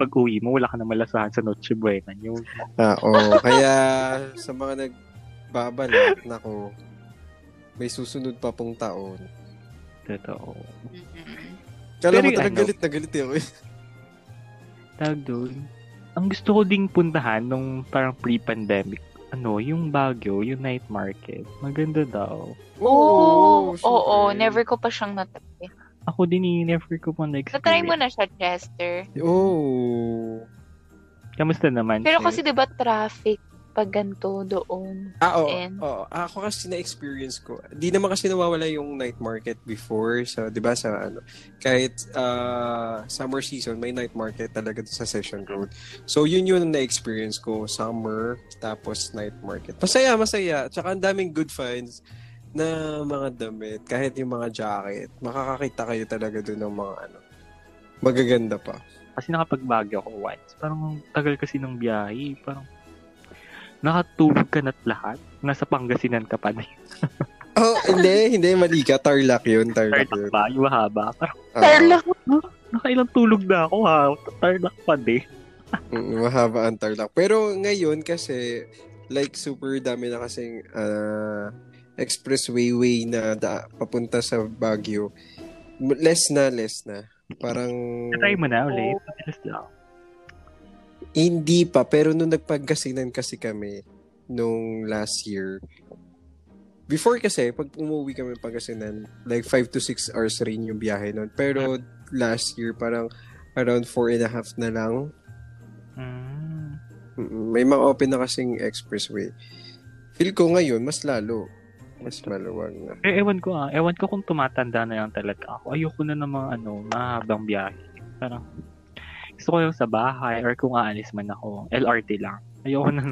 Speaker 1: Pag uwi mo, wala ka na malasahan sa Noche Buena. Yung,
Speaker 3: Ah, oo. Kaya sa mga nagbabalak, nako, may susunod pa pong taon.
Speaker 1: totoo.
Speaker 2: Mhm.
Speaker 3: Kala
Speaker 1: Pero
Speaker 3: mo
Speaker 1: yung
Speaker 3: talagang
Speaker 1: ano-
Speaker 3: galit na galit eh. ako eh.
Speaker 1: Tawag doon. Ang gusto ko ding puntahan nung parang pre-pandemic, ano, yung Baguio, yung night market. Maganda daw.
Speaker 2: Oo,
Speaker 3: Oh,
Speaker 2: oo,
Speaker 3: syempre.
Speaker 2: never ko pa siyang natry.
Speaker 1: Ako din eh, never ko pa na-experience.
Speaker 2: Natry mo na siya, Chester.
Speaker 3: Oo.
Speaker 1: Kamusta naman?
Speaker 2: Pero
Speaker 1: Chef?
Speaker 2: kasi 'di ba traffic pag ganito doon.
Speaker 3: Ah, oo.
Speaker 2: And-
Speaker 3: oo. Ako kasi na-experience ko. Di naman kasi nawawala yung night market before. So, di ba sa ano, kahit ah, summer season, may night market talaga sa Session Road. So, yun yun ang na-experience ko. Summer, tapos night market. Masaya, masaya. Tsaka ang daming good finds na mga damit. Kahit yung mga jacket. Makakakita kayo talaga doon ng mga ano. Magaganda pa.
Speaker 1: Kasi nakapag-Baguio ako once. Parang tagal kasi ng biyahe. eh. Parang nakatulog ka na't lahat. Nasa Pangasinan ka pa na.
Speaker 3: Oh, hindi, hindi. Mali ka. Tarlac yun.
Speaker 1: Tarlac
Speaker 3: Tarlac yun. Ah,
Speaker 1: ba? Yung mahaba. Parang
Speaker 3: Oo.
Speaker 2: Tarlac.
Speaker 1: nakailang tulog na ako ha. Tarlac pa din.
Speaker 3: Mm, mahaba ang tarlac. Pero ngayon kasi, like super dami na kasing ah, expressway way na da, papunta sa Baguio. M- Less na, less na. Parang
Speaker 1: Try mo na ulit. Mabilis lang.
Speaker 3: hindi pa. Pero nung nagpagkasinan kasi kami nung last year, before kasi, pag umuwi kami ng Pangasinan, like 5 to 6 hours rin yung biyahe nun. Pero last year, parang around 4 and a half na lang.
Speaker 1: Mm.
Speaker 3: Mm, May mga open na kasing expressway. Feel ko ngayon, mas lalo. Mas maluwag na.
Speaker 1: Eh, ewan ko ah. Ewan ko kung tumatanda na lang talaga ako. Ayoko na ng mga ano, mahabang biyahe. Parang, gusto ko yung sa bahay or kung aalis man ako, LRT lang. Ayoko na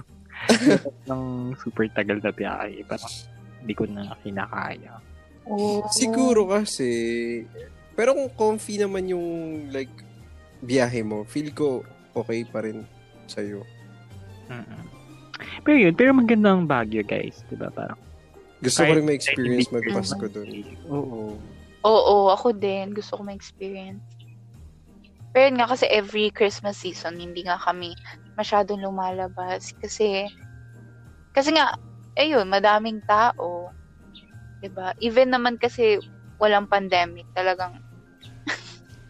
Speaker 1: ayoko ng super tagal na biyahe. Parang, hindi ko na kinakaya.
Speaker 2: Oo.
Speaker 3: Siguro kasi, pero kung comfy naman yung like biyahe mo, feel ko okay pa rin sa'yo.
Speaker 1: Mm-mm. Pero yun, pero maganda ang Baguio guys. Diba? Parang, eh.
Speaker 3: Gusto ko rin may experience magpasko doon.
Speaker 1: Oo.
Speaker 2: Oo, ako din. Gusto ko ma-experience. Pero yun nga kasi every Christmas season, hindi nga kami masyadong lumalabas. Kasi, kasi nga, ayun, madaming tao. 'Di ba Even naman kasi walang pandemic, talagang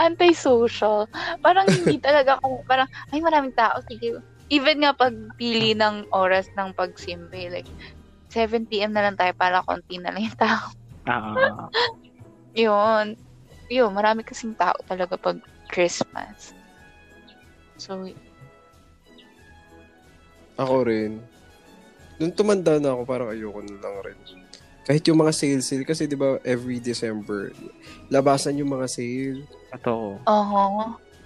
Speaker 2: anti-social. Parang hindi talaga ako, parang, ay maraming tao, sige. Even nga pagpili ng oras ng pagsimba, eh, like, 7pm na lang tayo para konti na lang yung tao.
Speaker 1: Ah, ah.
Speaker 2: Yun. Yun, marami kasing tao talaga pag Christmas. So,
Speaker 3: Ako rin. Nung tumanda na ako, parang ayoko na lang rin. Kahit yung mga sale sale, kasi di ba every December, labasan yung mga sale,
Speaker 1: Ito.
Speaker 2: oo.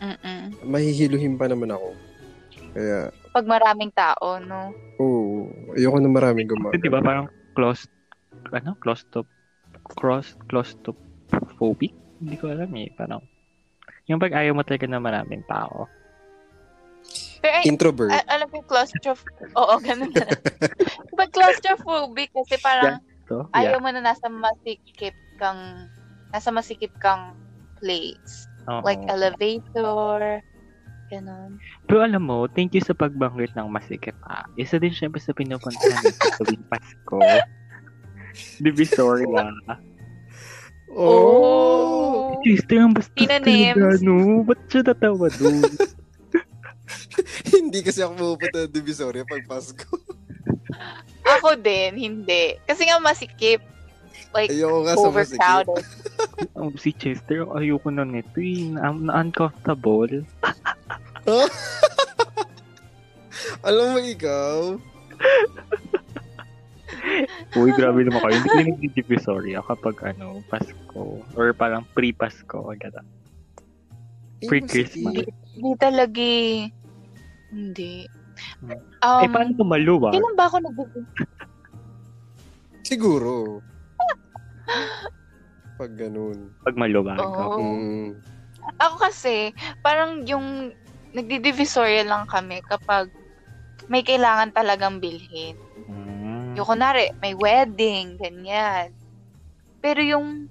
Speaker 2: Mm-mm.
Speaker 3: mahihiluhin pa naman ako. Kaya,
Speaker 2: Pag maraming tao, no?
Speaker 3: Oo. Ayoko na maraming gumagawa.
Speaker 1: Di ba diba parang close, ano, close to, cross, close to phobic? Hindi ko alam eh, parang, yung pag ayaw mo talaga na maraming tao.
Speaker 2: Pero ay, ah,
Speaker 3: Introvert.
Speaker 2: a- alam ko claustrophobic. oo, ganun na. pag claustrophobic, kasi parang
Speaker 1: To,
Speaker 2: ayaw mo na nasa masikip kang, nasa masikip kang place.
Speaker 1: oo.
Speaker 2: Like uh, elevator, ganun.
Speaker 1: Pero alam mo, thank you sa pagbanggit ng masikip ah. Isa din syempre sa pinupuntahan natin sa tuwing Pasko. Divisoria.
Speaker 2: Oh!
Speaker 1: Sister, ang basta
Speaker 2: Synonyms.
Speaker 1: talaga, no? Ba't siya natawa doon?
Speaker 3: Hindi kasi ako pupunta ng Divisoria pag Pasko.
Speaker 2: Ako din, hindi. Kasi nga masikip. like,
Speaker 3: Ayoko nga sa masigit.
Speaker 2: overcrowded.
Speaker 1: Oh, si Chester, ayoko na nito eh. Na- Na-uncomfortable.
Speaker 3: Alam mo ikaw?
Speaker 1: Uy, grabe naman kayo. Hindi ko yung nagdi-divisoria kapag ano, Pasko. Or parang pre-Pasko. Gata.
Speaker 3: Ayun,
Speaker 1: Pre-Christmas.
Speaker 3: masigit.
Speaker 2: Hindi talaga eh. Hindi.
Speaker 1: Hmm.
Speaker 2: Um,
Speaker 1: eh, paano tumalo ah?
Speaker 2: Kailan ba ako nag
Speaker 3: Siguro. Pag ganun.
Speaker 1: Pag maluwag. oh.
Speaker 2: Oo.
Speaker 1: okay.
Speaker 3: Mm.
Speaker 2: Ako kasi, parang yung nagdidivisorya lang kami kapag may kailangan talagang bilhin.
Speaker 1: Mm.
Speaker 2: Yung kunwari, may wedding, ganyan. Pero yung,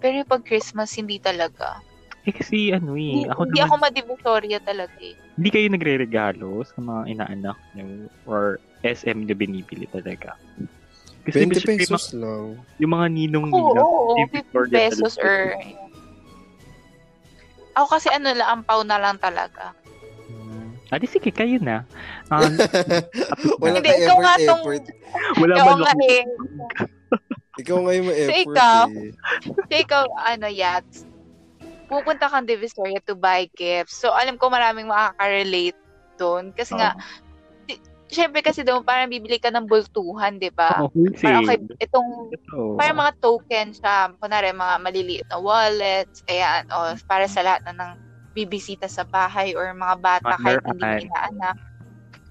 Speaker 2: pero yung pag Christmas, hindi talaga.
Speaker 1: Eh, kasi ano eh.
Speaker 2: Hindi,
Speaker 1: Ako
Speaker 2: hindi
Speaker 1: naman,
Speaker 2: ako madivisorya talaga eh.
Speaker 1: hindi kayo nagre-regalo sa mga inaanak nyo or SM nyo binibili talaga. Kasi
Speaker 3: 20
Speaker 1: gusto ko yung, mga,
Speaker 3: pesos lang.
Speaker 1: yung mga ninong-ninong.
Speaker 2: Oo, oo,
Speaker 1: yung
Speaker 2: 50
Speaker 1: Victoria
Speaker 2: pesos
Speaker 1: talaga.
Speaker 2: or... Ako kasi ano lang, ampaw na lang talaga.
Speaker 1: Mm. Ah, di sige, kayo na. Um,
Speaker 3: Wala
Speaker 2: Hindi,
Speaker 3: ka
Speaker 2: ikaw nga
Speaker 3: effort,
Speaker 2: tong-
Speaker 3: effort.
Speaker 1: wala
Speaker 2: Oo
Speaker 1: man
Speaker 2: nga
Speaker 1: ako.
Speaker 2: eh.
Speaker 3: Ikaw nga yung
Speaker 2: So,
Speaker 3: ma-effort
Speaker 2: ikaw?
Speaker 3: eh.
Speaker 2: So, ikaw, ano, Yats, pupunta kang Divisoria to buy gifts. So, alam ko maraming makaka-relate doon. Kasi nga, syempre kasi doon, parang bibili ka ng bultuhan, di ba?
Speaker 1: Oo, wholesale.
Speaker 2: Parang okay, itong,
Speaker 1: Oo.
Speaker 2: parang mga token siya. Kunwari, mga maliliit na wallets, ayan, o para sa lahat na ng bibisita sa bahay or mga bata kahit hindi mo
Speaker 1: Underarm.
Speaker 2: inaanak.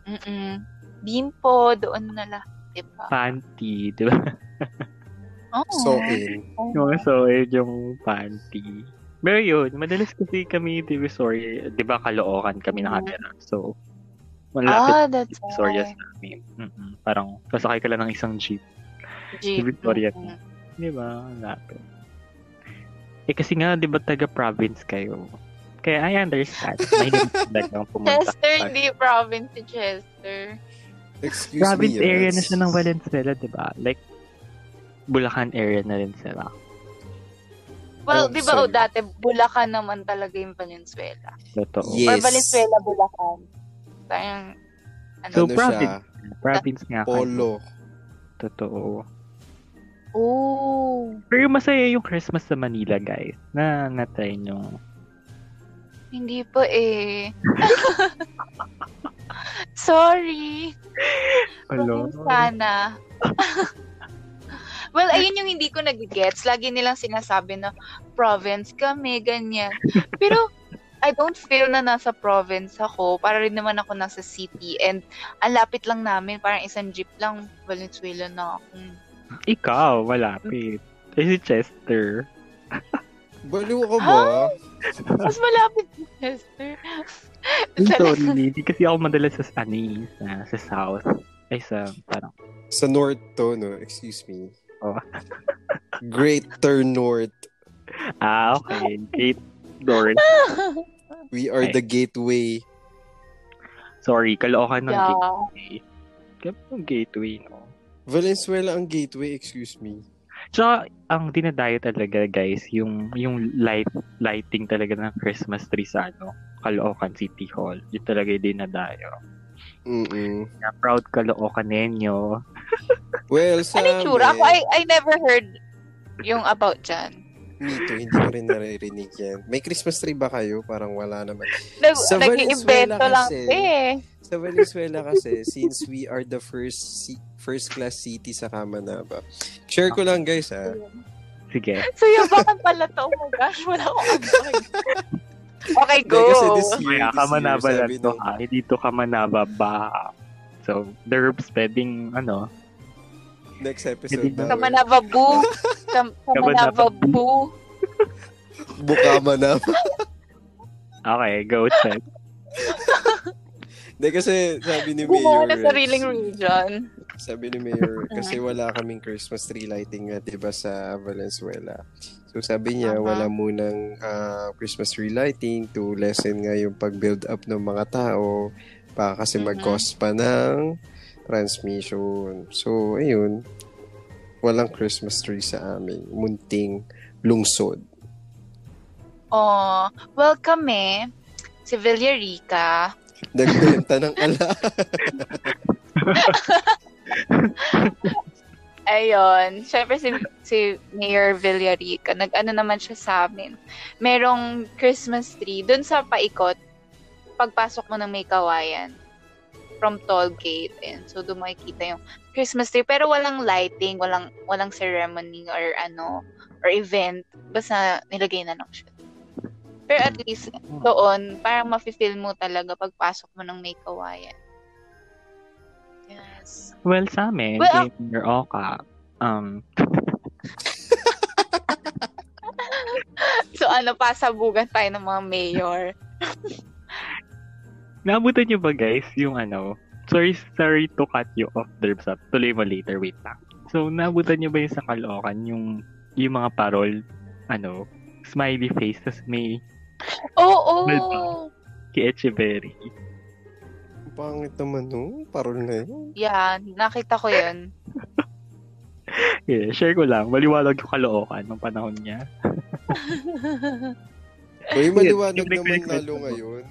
Speaker 2: Mm-mm. Bimpo, doon na lahat, di ba?
Speaker 1: panty, di ba?
Speaker 2: Oo.
Speaker 3: So, eh, in.
Speaker 1: Oh.
Speaker 2: Oh.
Speaker 1: Yung mga soed, yung panty. Pero yun, madalas kasi kami divisory, di ba kalookan kami
Speaker 3: Mm.
Speaker 1: nakatira. So, malapit
Speaker 2: ah, that's
Speaker 1: sa
Speaker 2: why.
Speaker 1: Victoria sa amin. Mm-mm. Parang, sasakay ka lang ng isang jeep.
Speaker 2: Jeep.
Speaker 1: Divisoria.
Speaker 2: Mm-mm.
Speaker 1: Di ba? Malapit. Eh kasi nga, di ba taga-province kayo? Kaya I understand. Mahirap talagang pumunta.
Speaker 2: Chester, hindi province si Chester.
Speaker 3: Excuse
Speaker 1: Province
Speaker 3: me. yes.
Speaker 1: area na siya ng Valenzuela, di ba? Like, Bulacan area na rin sila.
Speaker 2: Well,
Speaker 3: Oh,
Speaker 2: di ba oh,
Speaker 3: sorry.
Speaker 2: dati, Bulacan naman talaga yung Valenzuela.
Speaker 1: Totoo.
Speaker 3: Yes.
Speaker 2: Or Valenzuela, Bulacan. Tayang, ano,
Speaker 1: So,
Speaker 3: ano siya?
Speaker 1: province. Province nga kayo.
Speaker 3: Polo.
Speaker 1: Totoo.
Speaker 2: oh,
Speaker 1: Pero masaya yung Christmas sa Manila, guys. Na natry nyo.
Speaker 2: hindi pa eh. Sorry. Hello? Sana. well, ayun yung hindi ko nag-gets. Lagi nilang sinasabi na province kami, ganyan. Pero I don't feel na nasa province ako. Para rin naman ako nasa city. And ang lapit lang namin. Parang isang jeep lang. Valenzuela na ako.
Speaker 1: Ikaw, malapit. Eh, si Chester.
Speaker 3: Baliw ka ba?
Speaker 2: Mas malapit si Chester.
Speaker 1: I'm
Speaker 2: Talaga.
Speaker 1: sorry, hindi kasi ako madalas sa, ano, eh, sa, sa South. Ay, sa, parang,
Speaker 3: Sa north to, no? Excuse me.
Speaker 1: Oh.
Speaker 3: Greater North.
Speaker 1: ah, okay. Great North.
Speaker 3: We are
Speaker 1: Ay.
Speaker 3: the gateway.
Speaker 1: Sorry, kalookan ng
Speaker 2: yeah.
Speaker 1: gateway. Kaya yung gateway, no?
Speaker 3: Valenzuela ang gateway, excuse me.
Speaker 1: Tsaka, ang dinadayo talaga, guys, yung, yung light, lighting talaga ng Christmas tree sa, ano, Caloocan City Hall. Yun talaga yung dinadayo.
Speaker 3: Mm-mm.
Speaker 1: Na proud Caloocan ninyo.
Speaker 3: Well, sa
Speaker 2: Ano yung tsura? Ako, I, I never heard yung about dyan.
Speaker 3: Me too, hindi ko rin naririnig yan. May Christmas tree ba kayo? Parang wala naman.
Speaker 2: Nag,
Speaker 3: Sa
Speaker 2: nag-iimbento
Speaker 3: Valenzuela
Speaker 2: lang.
Speaker 3: kasi,
Speaker 2: Eh.
Speaker 3: Sa Venezuela kasi, since we are the first ci- first class city sa Kamanaba, share ko lang guys ah. ha.
Speaker 1: Sige.
Speaker 2: So, yabangan pala to. Oh my gosh, wala akong abang. Okay,
Speaker 3: Hindi,
Speaker 2: go.
Speaker 3: Kasi this
Speaker 1: Kaya
Speaker 3: year, this year,
Speaker 1: kamanaba lang
Speaker 3: sabi
Speaker 1: to
Speaker 3: nung-
Speaker 1: ha. Hindi to kamanaba ba. So, Derbs pwedeng ano.
Speaker 3: next episode
Speaker 1: Hindi
Speaker 3: na.
Speaker 2: Kamanaba boo. Kam- Kamanaba
Speaker 1: Kamanaba
Speaker 2: boo.
Speaker 3: Bukamanaba.
Speaker 1: Okay, go check.
Speaker 3: Hindi kasi sabi ni
Speaker 2: Gumawa
Speaker 3: Mayor.
Speaker 2: ng sariling
Speaker 3: Rex,
Speaker 2: region.
Speaker 3: Sabi ni Mayor, kasi wala kaming Christmas tree lighting nga, di ba, sa Valenzuela. So sabi
Speaker 2: Aha.
Speaker 3: niya, wala munang ah, Christmas tree lighting to lessen nga yung pag-build up ng mga tao. Baka kasi
Speaker 2: Mhm.
Speaker 3: mag-cost pa ng transmission. So, ayun. Walang Christmas tree sa amin. Munting lungsod.
Speaker 2: Oh, well kami, eh. si Villarica.
Speaker 3: Nagbenta ng ala.
Speaker 2: Ayun. Siyempre si, si Mayor Villarica, nag-ano naman siya sa amin. Merong Christmas tree. Doon sa paikot, pagpasok mo ng may kawayan from toll gate. Ayan. So, doon makikita yung Christmas tree. Pero walang lighting, walang walang ceremony or ano, or event. Basta nilagay na lang siya. Pero at least doon, parang mafe-feel mo talaga pagpasok mo ng may kawayan. Yes.
Speaker 1: Well, sa amin,
Speaker 2: Well,
Speaker 1: well, Mayor Oka, um,
Speaker 2: So ano pa, sabugan tayo ng mga mayor.
Speaker 1: naabutan nyo ba guys yung ano, sorry, sorry to cut you off, Derbs up. Tuloy mo later, wait lang. So, naabutan nyo ba yung sa Caloocan, yung, yung mga parol, ano, smiley face, tas may
Speaker 2: Oo!
Speaker 1: Well, kay Echeverry.
Speaker 3: Pangit naman, no? Parol na yun.
Speaker 2: Yeah, nakita ko yun.
Speaker 1: Yeah, share ko lang, maliwalag yung Caloocan nung panahon niya.
Speaker 3: Uy, maliwanag
Speaker 1: Yung
Speaker 3: naman
Speaker 1: may-
Speaker 3: lalo ngayon.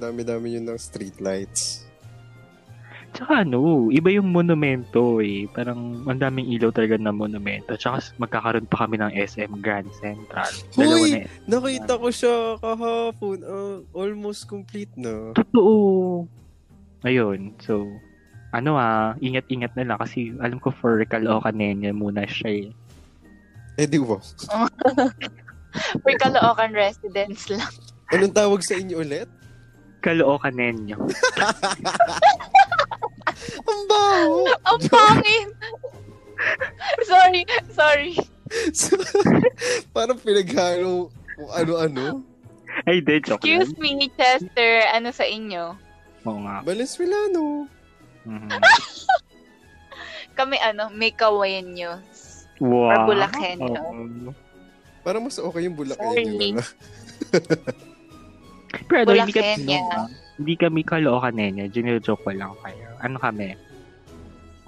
Speaker 3: Dami-dami yun ng streetlights.
Speaker 1: Tsaka ano, iba yung monumento eh. Parang ang daming ilaw talaga na monumento. Tsaka s- magkakaroon pa kami ng SM Grand Central. Dalawa
Speaker 3: Hoy!
Speaker 1: na eh.
Speaker 3: Nakita ko siya kahapon. Ah, almost complete na.
Speaker 1: Totoo! Ayun, so, ano ah, ingat-ingat na lang kasi alam ko for Caloocan Nenya muna siya eh.
Speaker 3: Eh, di ba?
Speaker 2: For Caloocan residents lang.
Speaker 3: Anong tawag sa inyo ulit?
Speaker 1: Caloocan Nenya.
Speaker 3: Ang baho!
Speaker 2: Ang pangit! sorry, sorry.
Speaker 3: Parang pinaghalo kung ano-ano.
Speaker 1: Ay, de, joke
Speaker 2: Excuse
Speaker 1: lang.
Speaker 2: me, Chester. Ano sa inyo?
Speaker 1: Oo nga.
Speaker 3: Valenzuelano.
Speaker 1: Mhm.
Speaker 2: Ah! Kami ano, may kawayan news.
Speaker 1: Wow.
Speaker 2: Ah, Bulacan, no?
Speaker 3: Parang mas okay yung bulak
Speaker 2: Sorry.
Speaker 3: yun.
Speaker 1: Pero ano, hindi kami,
Speaker 2: Bulacan, yeah.
Speaker 1: ano, hindi kami Caloocan Nenya. Gino-joke ko lang kayo. Ano kami?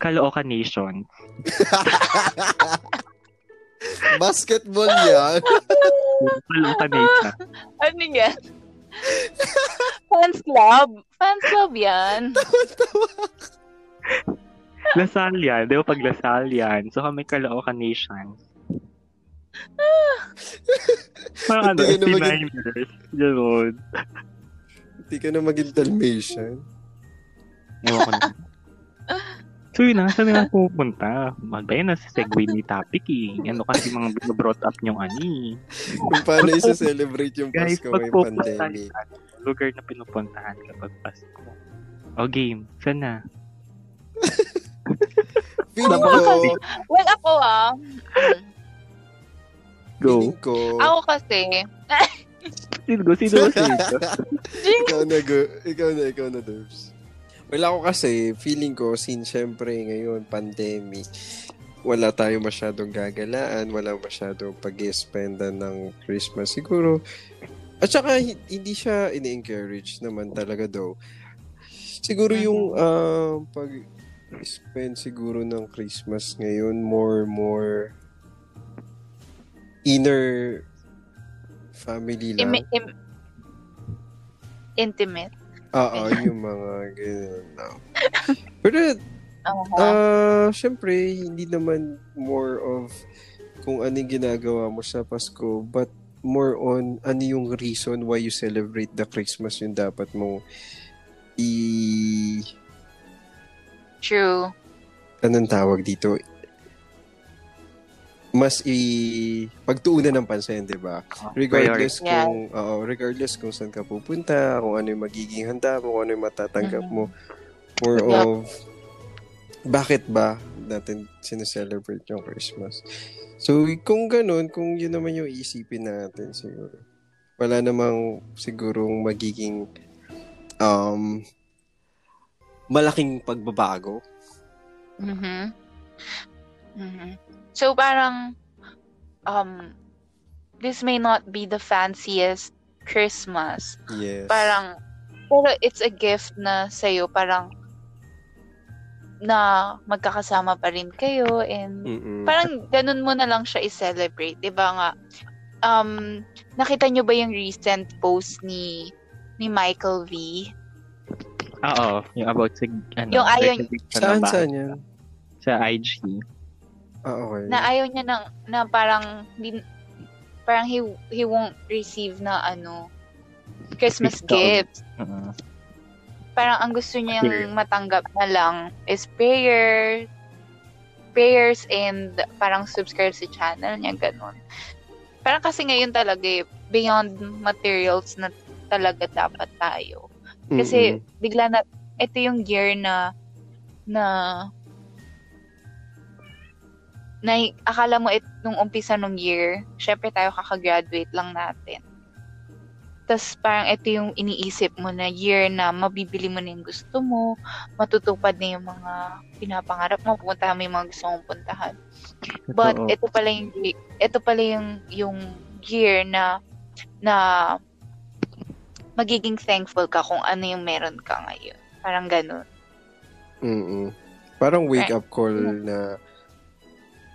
Speaker 1: Caloocan Nation.
Speaker 3: Basketball yan.
Speaker 1: Caloocan Nation.
Speaker 2: Ano yan? Fans club. Fans club yan.
Speaker 1: Lasal yan. Di ba pag Lasal yan? So kami Caloocan Nation. Parang ano,
Speaker 3: Hindi ka na maging-
Speaker 1: ST9ers. Ganun.
Speaker 3: Hindi ka na maging Dalmatian.
Speaker 1: Ewan ko na. So yun na, saan na lang pupunta? Magbayan na sa segue ni topic eh. Ano kasi mga brought up niyong ani.
Speaker 3: Kung paano isa-celebrate yung
Speaker 1: Guys,
Speaker 3: Pasko ngayong
Speaker 1: pagpupunta
Speaker 3: pandemic.
Speaker 1: sa lugar na pinupuntahan kapag Pasko. O game, saan na?
Speaker 3: Feeling
Speaker 1: Tapos
Speaker 3: ko,
Speaker 1: kasi-
Speaker 2: Well, ako ah. mm,
Speaker 1: Go.
Speaker 3: feeling ko,
Speaker 2: Ako kasi.
Speaker 1: Sino go? Sino go? Sino go?
Speaker 3: ikaw na, go- ikaw na, ikaw na, Derbs. Well, ako kasi, feeling ko, since syempre ngayon, pandemic, wala tayo masyadong gagalaan, wala masyadong pag spendan ng Christmas. Siguro, at saka, hi- hindi siya ini-encourage naman talaga daw. Siguro yung ah, pag spend siguro ng Christmas ngayon, more, more inner family lang.
Speaker 2: Imi- im- intimate.
Speaker 3: Oo, yung mga ganyan lang. Pero,
Speaker 2: Oo.
Speaker 3: ah, syempre, hindi naman more of kung anong ginagawa mo sa Pasko, but more on ano yung reason why you celebrate the Christmas yung dapat mong i...
Speaker 2: True.
Speaker 3: Anong tawag dito? Mas i... Pagtuunan ng pansin, di ba? Regardless
Speaker 2: Priority.
Speaker 3: kung oo, regardless kung saan ka pupunta, kung ano yung magiging handa mo, kung ano yung matatanggap mo. More
Speaker 2: Yeah.
Speaker 3: of bakit ba natin sineselebrate yung Christmas? So, kung ganun, kung yun naman yung isipin natin siguro. Wala namang sigurong magiging um, malaking pagbabago.
Speaker 2: mhm mhm So parang um this may not be the fanciest Christmas.
Speaker 3: Yes.
Speaker 2: Parang pero it's a gift na sa'yo parang na magkakasama pa rin kayo and
Speaker 3: Mm-mm.
Speaker 2: parang ganun mo na lang siya i-celebrate, 'di ba nga? Um nakita nyo ba yung recent post ni ni Michael V?
Speaker 1: Oo, yung about sa, ano,
Speaker 2: Yung ayaw-
Speaker 1: recognition ng
Speaker 3: Saan,
Speaker 1: bahay.
Speaker 3: saan yan?
Speaker 1: sa IG.
Speaker 3: Ah,
Speaker 1: Mm.
Speaker 3: okay.
Speaker 2: na ayaw niya ng, na parang, din, parang he, he won't receive na ano, Christmas
Speaker 1: Gift daw.
Speaker 2: gift.
Speaker 1: Oo.
Speaker 3: Ah,
Speaker 2: parang ang gusto niyang
Speaker 1: Prayer.
Speaker 2: matanggap na lang is prayer, prayers and parang subscribe sa channel niya, ganun. Parang kasi ngayon talaga eh, beyond materials na talaga dapat tayo. Kasi
Speaker 3: Mm-mm.
Speaker 2: bigla na, ito yung year na, na, na akala mo it, nung umpisa nung year, syempre tayo kakagraduate lang natin. Tapos parang ito yung iniisip mo na year na mabibili mo na yung gusto mo, matutupad na yung mga pinapangarap mo, pupuntahan mo yung mga gusto mong puntahan. But
Speaker 1: Totoo.
Speaker 2: ito pala yung ito pala yung yung year na na magiging thankful ka kung ano yung meron ka ngayon. Parang ganun.
Speaker 3: Mm-mm. Parang wake-up call
Speaker 2: Mm-hmm.
Speaker 3: na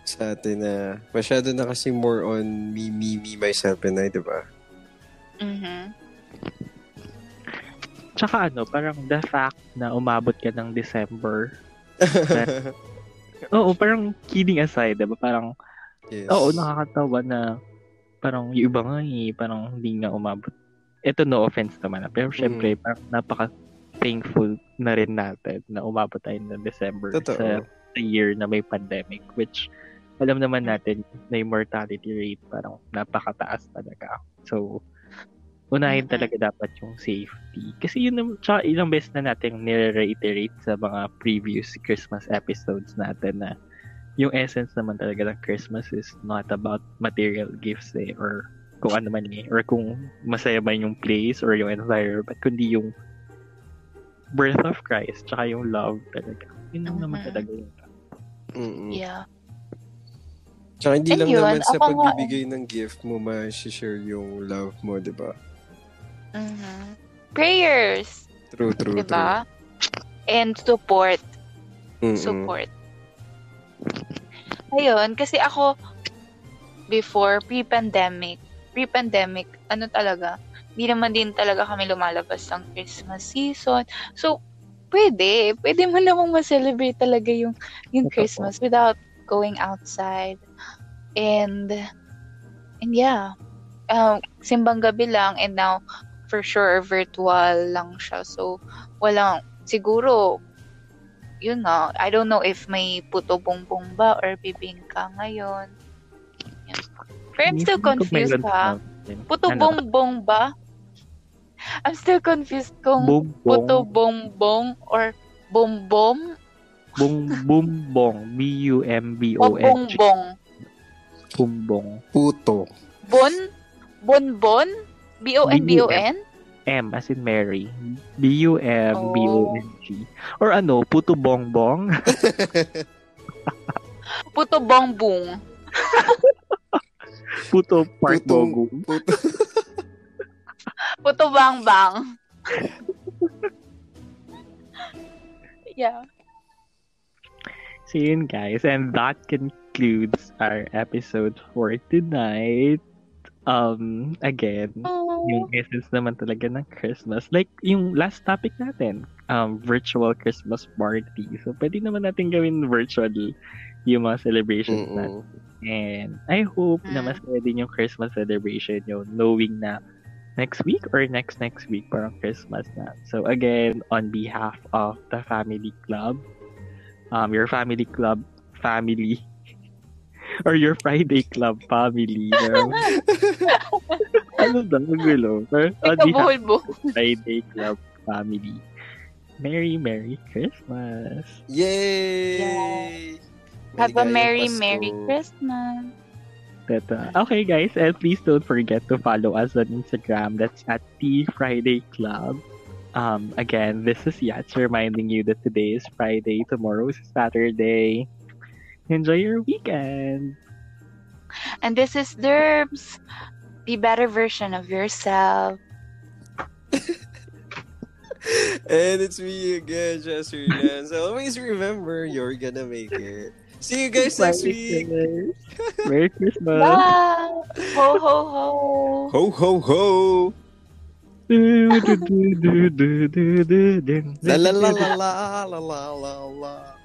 Speaker 3: sa atin na masyado na kasi more on me, me, me, myself, and I, diba? di ba?
Speaker 2: Mhm.
Speaker 1: Tsaka ano, parang the fact na umabot ka ng December. Oo, parang kidding aside, diba? Parang,
Speaker 3: yes.
Speaker 1: oo, nakakatawa na parang yung iba nga eh, parang hindi nga umabot. Ito no offense naman na, pero syempre,
Speaker 3: Mm.
Speaker 1: parang napaka thankful na rin natin na umabot tayo ng December
Speaker 3: Totoo.
Speaker 1: sa, sa year na may pandemic, which alam naman natin na yung mortality rate parang napakataas talaga. So, unahin
Speaker 2: Mhm.
Speaker 1: talaga dapat yung safety. Kasi yun, nam- tsaka ilang beses na natin nire-reiterate sa mga previous Christmas episodes natin na yung essence naman talaga ng Christmas is not about material gifts eh, or kung ano man eh, or kung masaya ba yung place or yung environment, kundi yung birth of Christ, tsaka yung love talaga. Yun lang naman
Speaker 2: Mhm.
Speaker 1: talaga yun.
Speaker 3: Mm-mm.
Speaker 2: Yeah.
Speaker 3: Tsaka
Speaker 2: And
Speaker 3: hindi lang
Speaker 2: yun,
Speaker 3: naman sa
Speaker 2: ako nga eh.
Speaker 3: pagbibigay ng gift mo, ma-share yung love mo, diba? di ba?
Speaker 2: Mhm. Prayers,
Speaker 3: True, true,
Speaker 2: 'di ba? And support.
Speaker 3: true. Mm-mm.
Speaker 2: support. Ayun, kasi ako, before, pre-pandemic, pre-pandemic, ano talaga, hindi naman din talaga kami lumalabas ng Christmas season. So, pwede. Pwede mo namang ma-celebrate talaga yung, yung
Speaker 1: Totoo.
Speaker 2: Christmas without going outside. And, and yeah, um, simbang gabi lang and now, for sure, virtual lang siya. So, walang, siguro, yun nga, I don't know if may puto bongbong ba or bibingka ngayon. Yun. Pero I'm still confused ha. Puto bongbong ba? I'm still confused kung
Speaker 1: Bumbong.
Speaker 2: puto bongbong or bombom
Speaker 1: Bung, bumbong.
Speaker 2: o
Speaker 1: B-U-M-B-O-N-G.
Speaker 2: bongbong.
Speaker 1: Bumbong.
Speaker 3: Puto.
Speaker 2: Bon? Bonbon? B-O-N-B-O-N?
Speaker 1: M as in Mary. B-U-M-B-O-N-G. Or ano, puto bongbong.
Speaker 2: Puto bongbong.
Speaker 1: puto part
Speaker 3: Putong-
Speaker 1: bongbong.
Speaker 3: Puto.
Speaker 2: Puto bangbang. yeah.
Speaker 1: So yun guys, and that concludes our episode for tonight. Um, again, yung essence naman talaga ng Christmas. Like, yung last topic natin, um, virtual Christmas party. So, pwede naman natin gawin virtual yung mga celebrations natin.
Speaker 3: Mm-mm.
Speaker 1: And I hope na
Speaker 2: Mm.
Speaker 1: masaya din yung Christmas celebration nyo knowing na next week or next next week parang Christmas na. So again, on behalf of the family club, um, your family club family or your Friday club family. no? ano ba? Magulo. Pero On behalf
Speaker 2: Ikabuhol-buhol.
Speaker 1: of Friday club family, Merry Merry Christmas!
Speaker 3: Yay!
Speaker 2: Have a
Speaker 3: Maligayang
Speaker 2: Merry,
Speaker 3: Pasko.
Speaker 2: Merry Christmas.
Speaker 1: Teta. Okay, guys, and please don't forget to follow us on Instagram. That's at the Friday Club. Um, again, this is Yats reminding you that today is Friday, tomorrow is Saturday. Enjoy your weekend.
Speaker 2: And this is Derbs. Be better version of yourself.
Speaker 3: And it's me again, Jesse Renz. Always remember, you're gonna make it. See you guys next week.
Speaker 1: Merry Christmas. Merry Christmas.
Speaker 2: Bye! Ho, ho, ho!
Speaker 3: Ho, ho, ho!
Speaker 1: Do, do, do, do, do, do, do, do.
Speaker 3: La la la la la la la la la.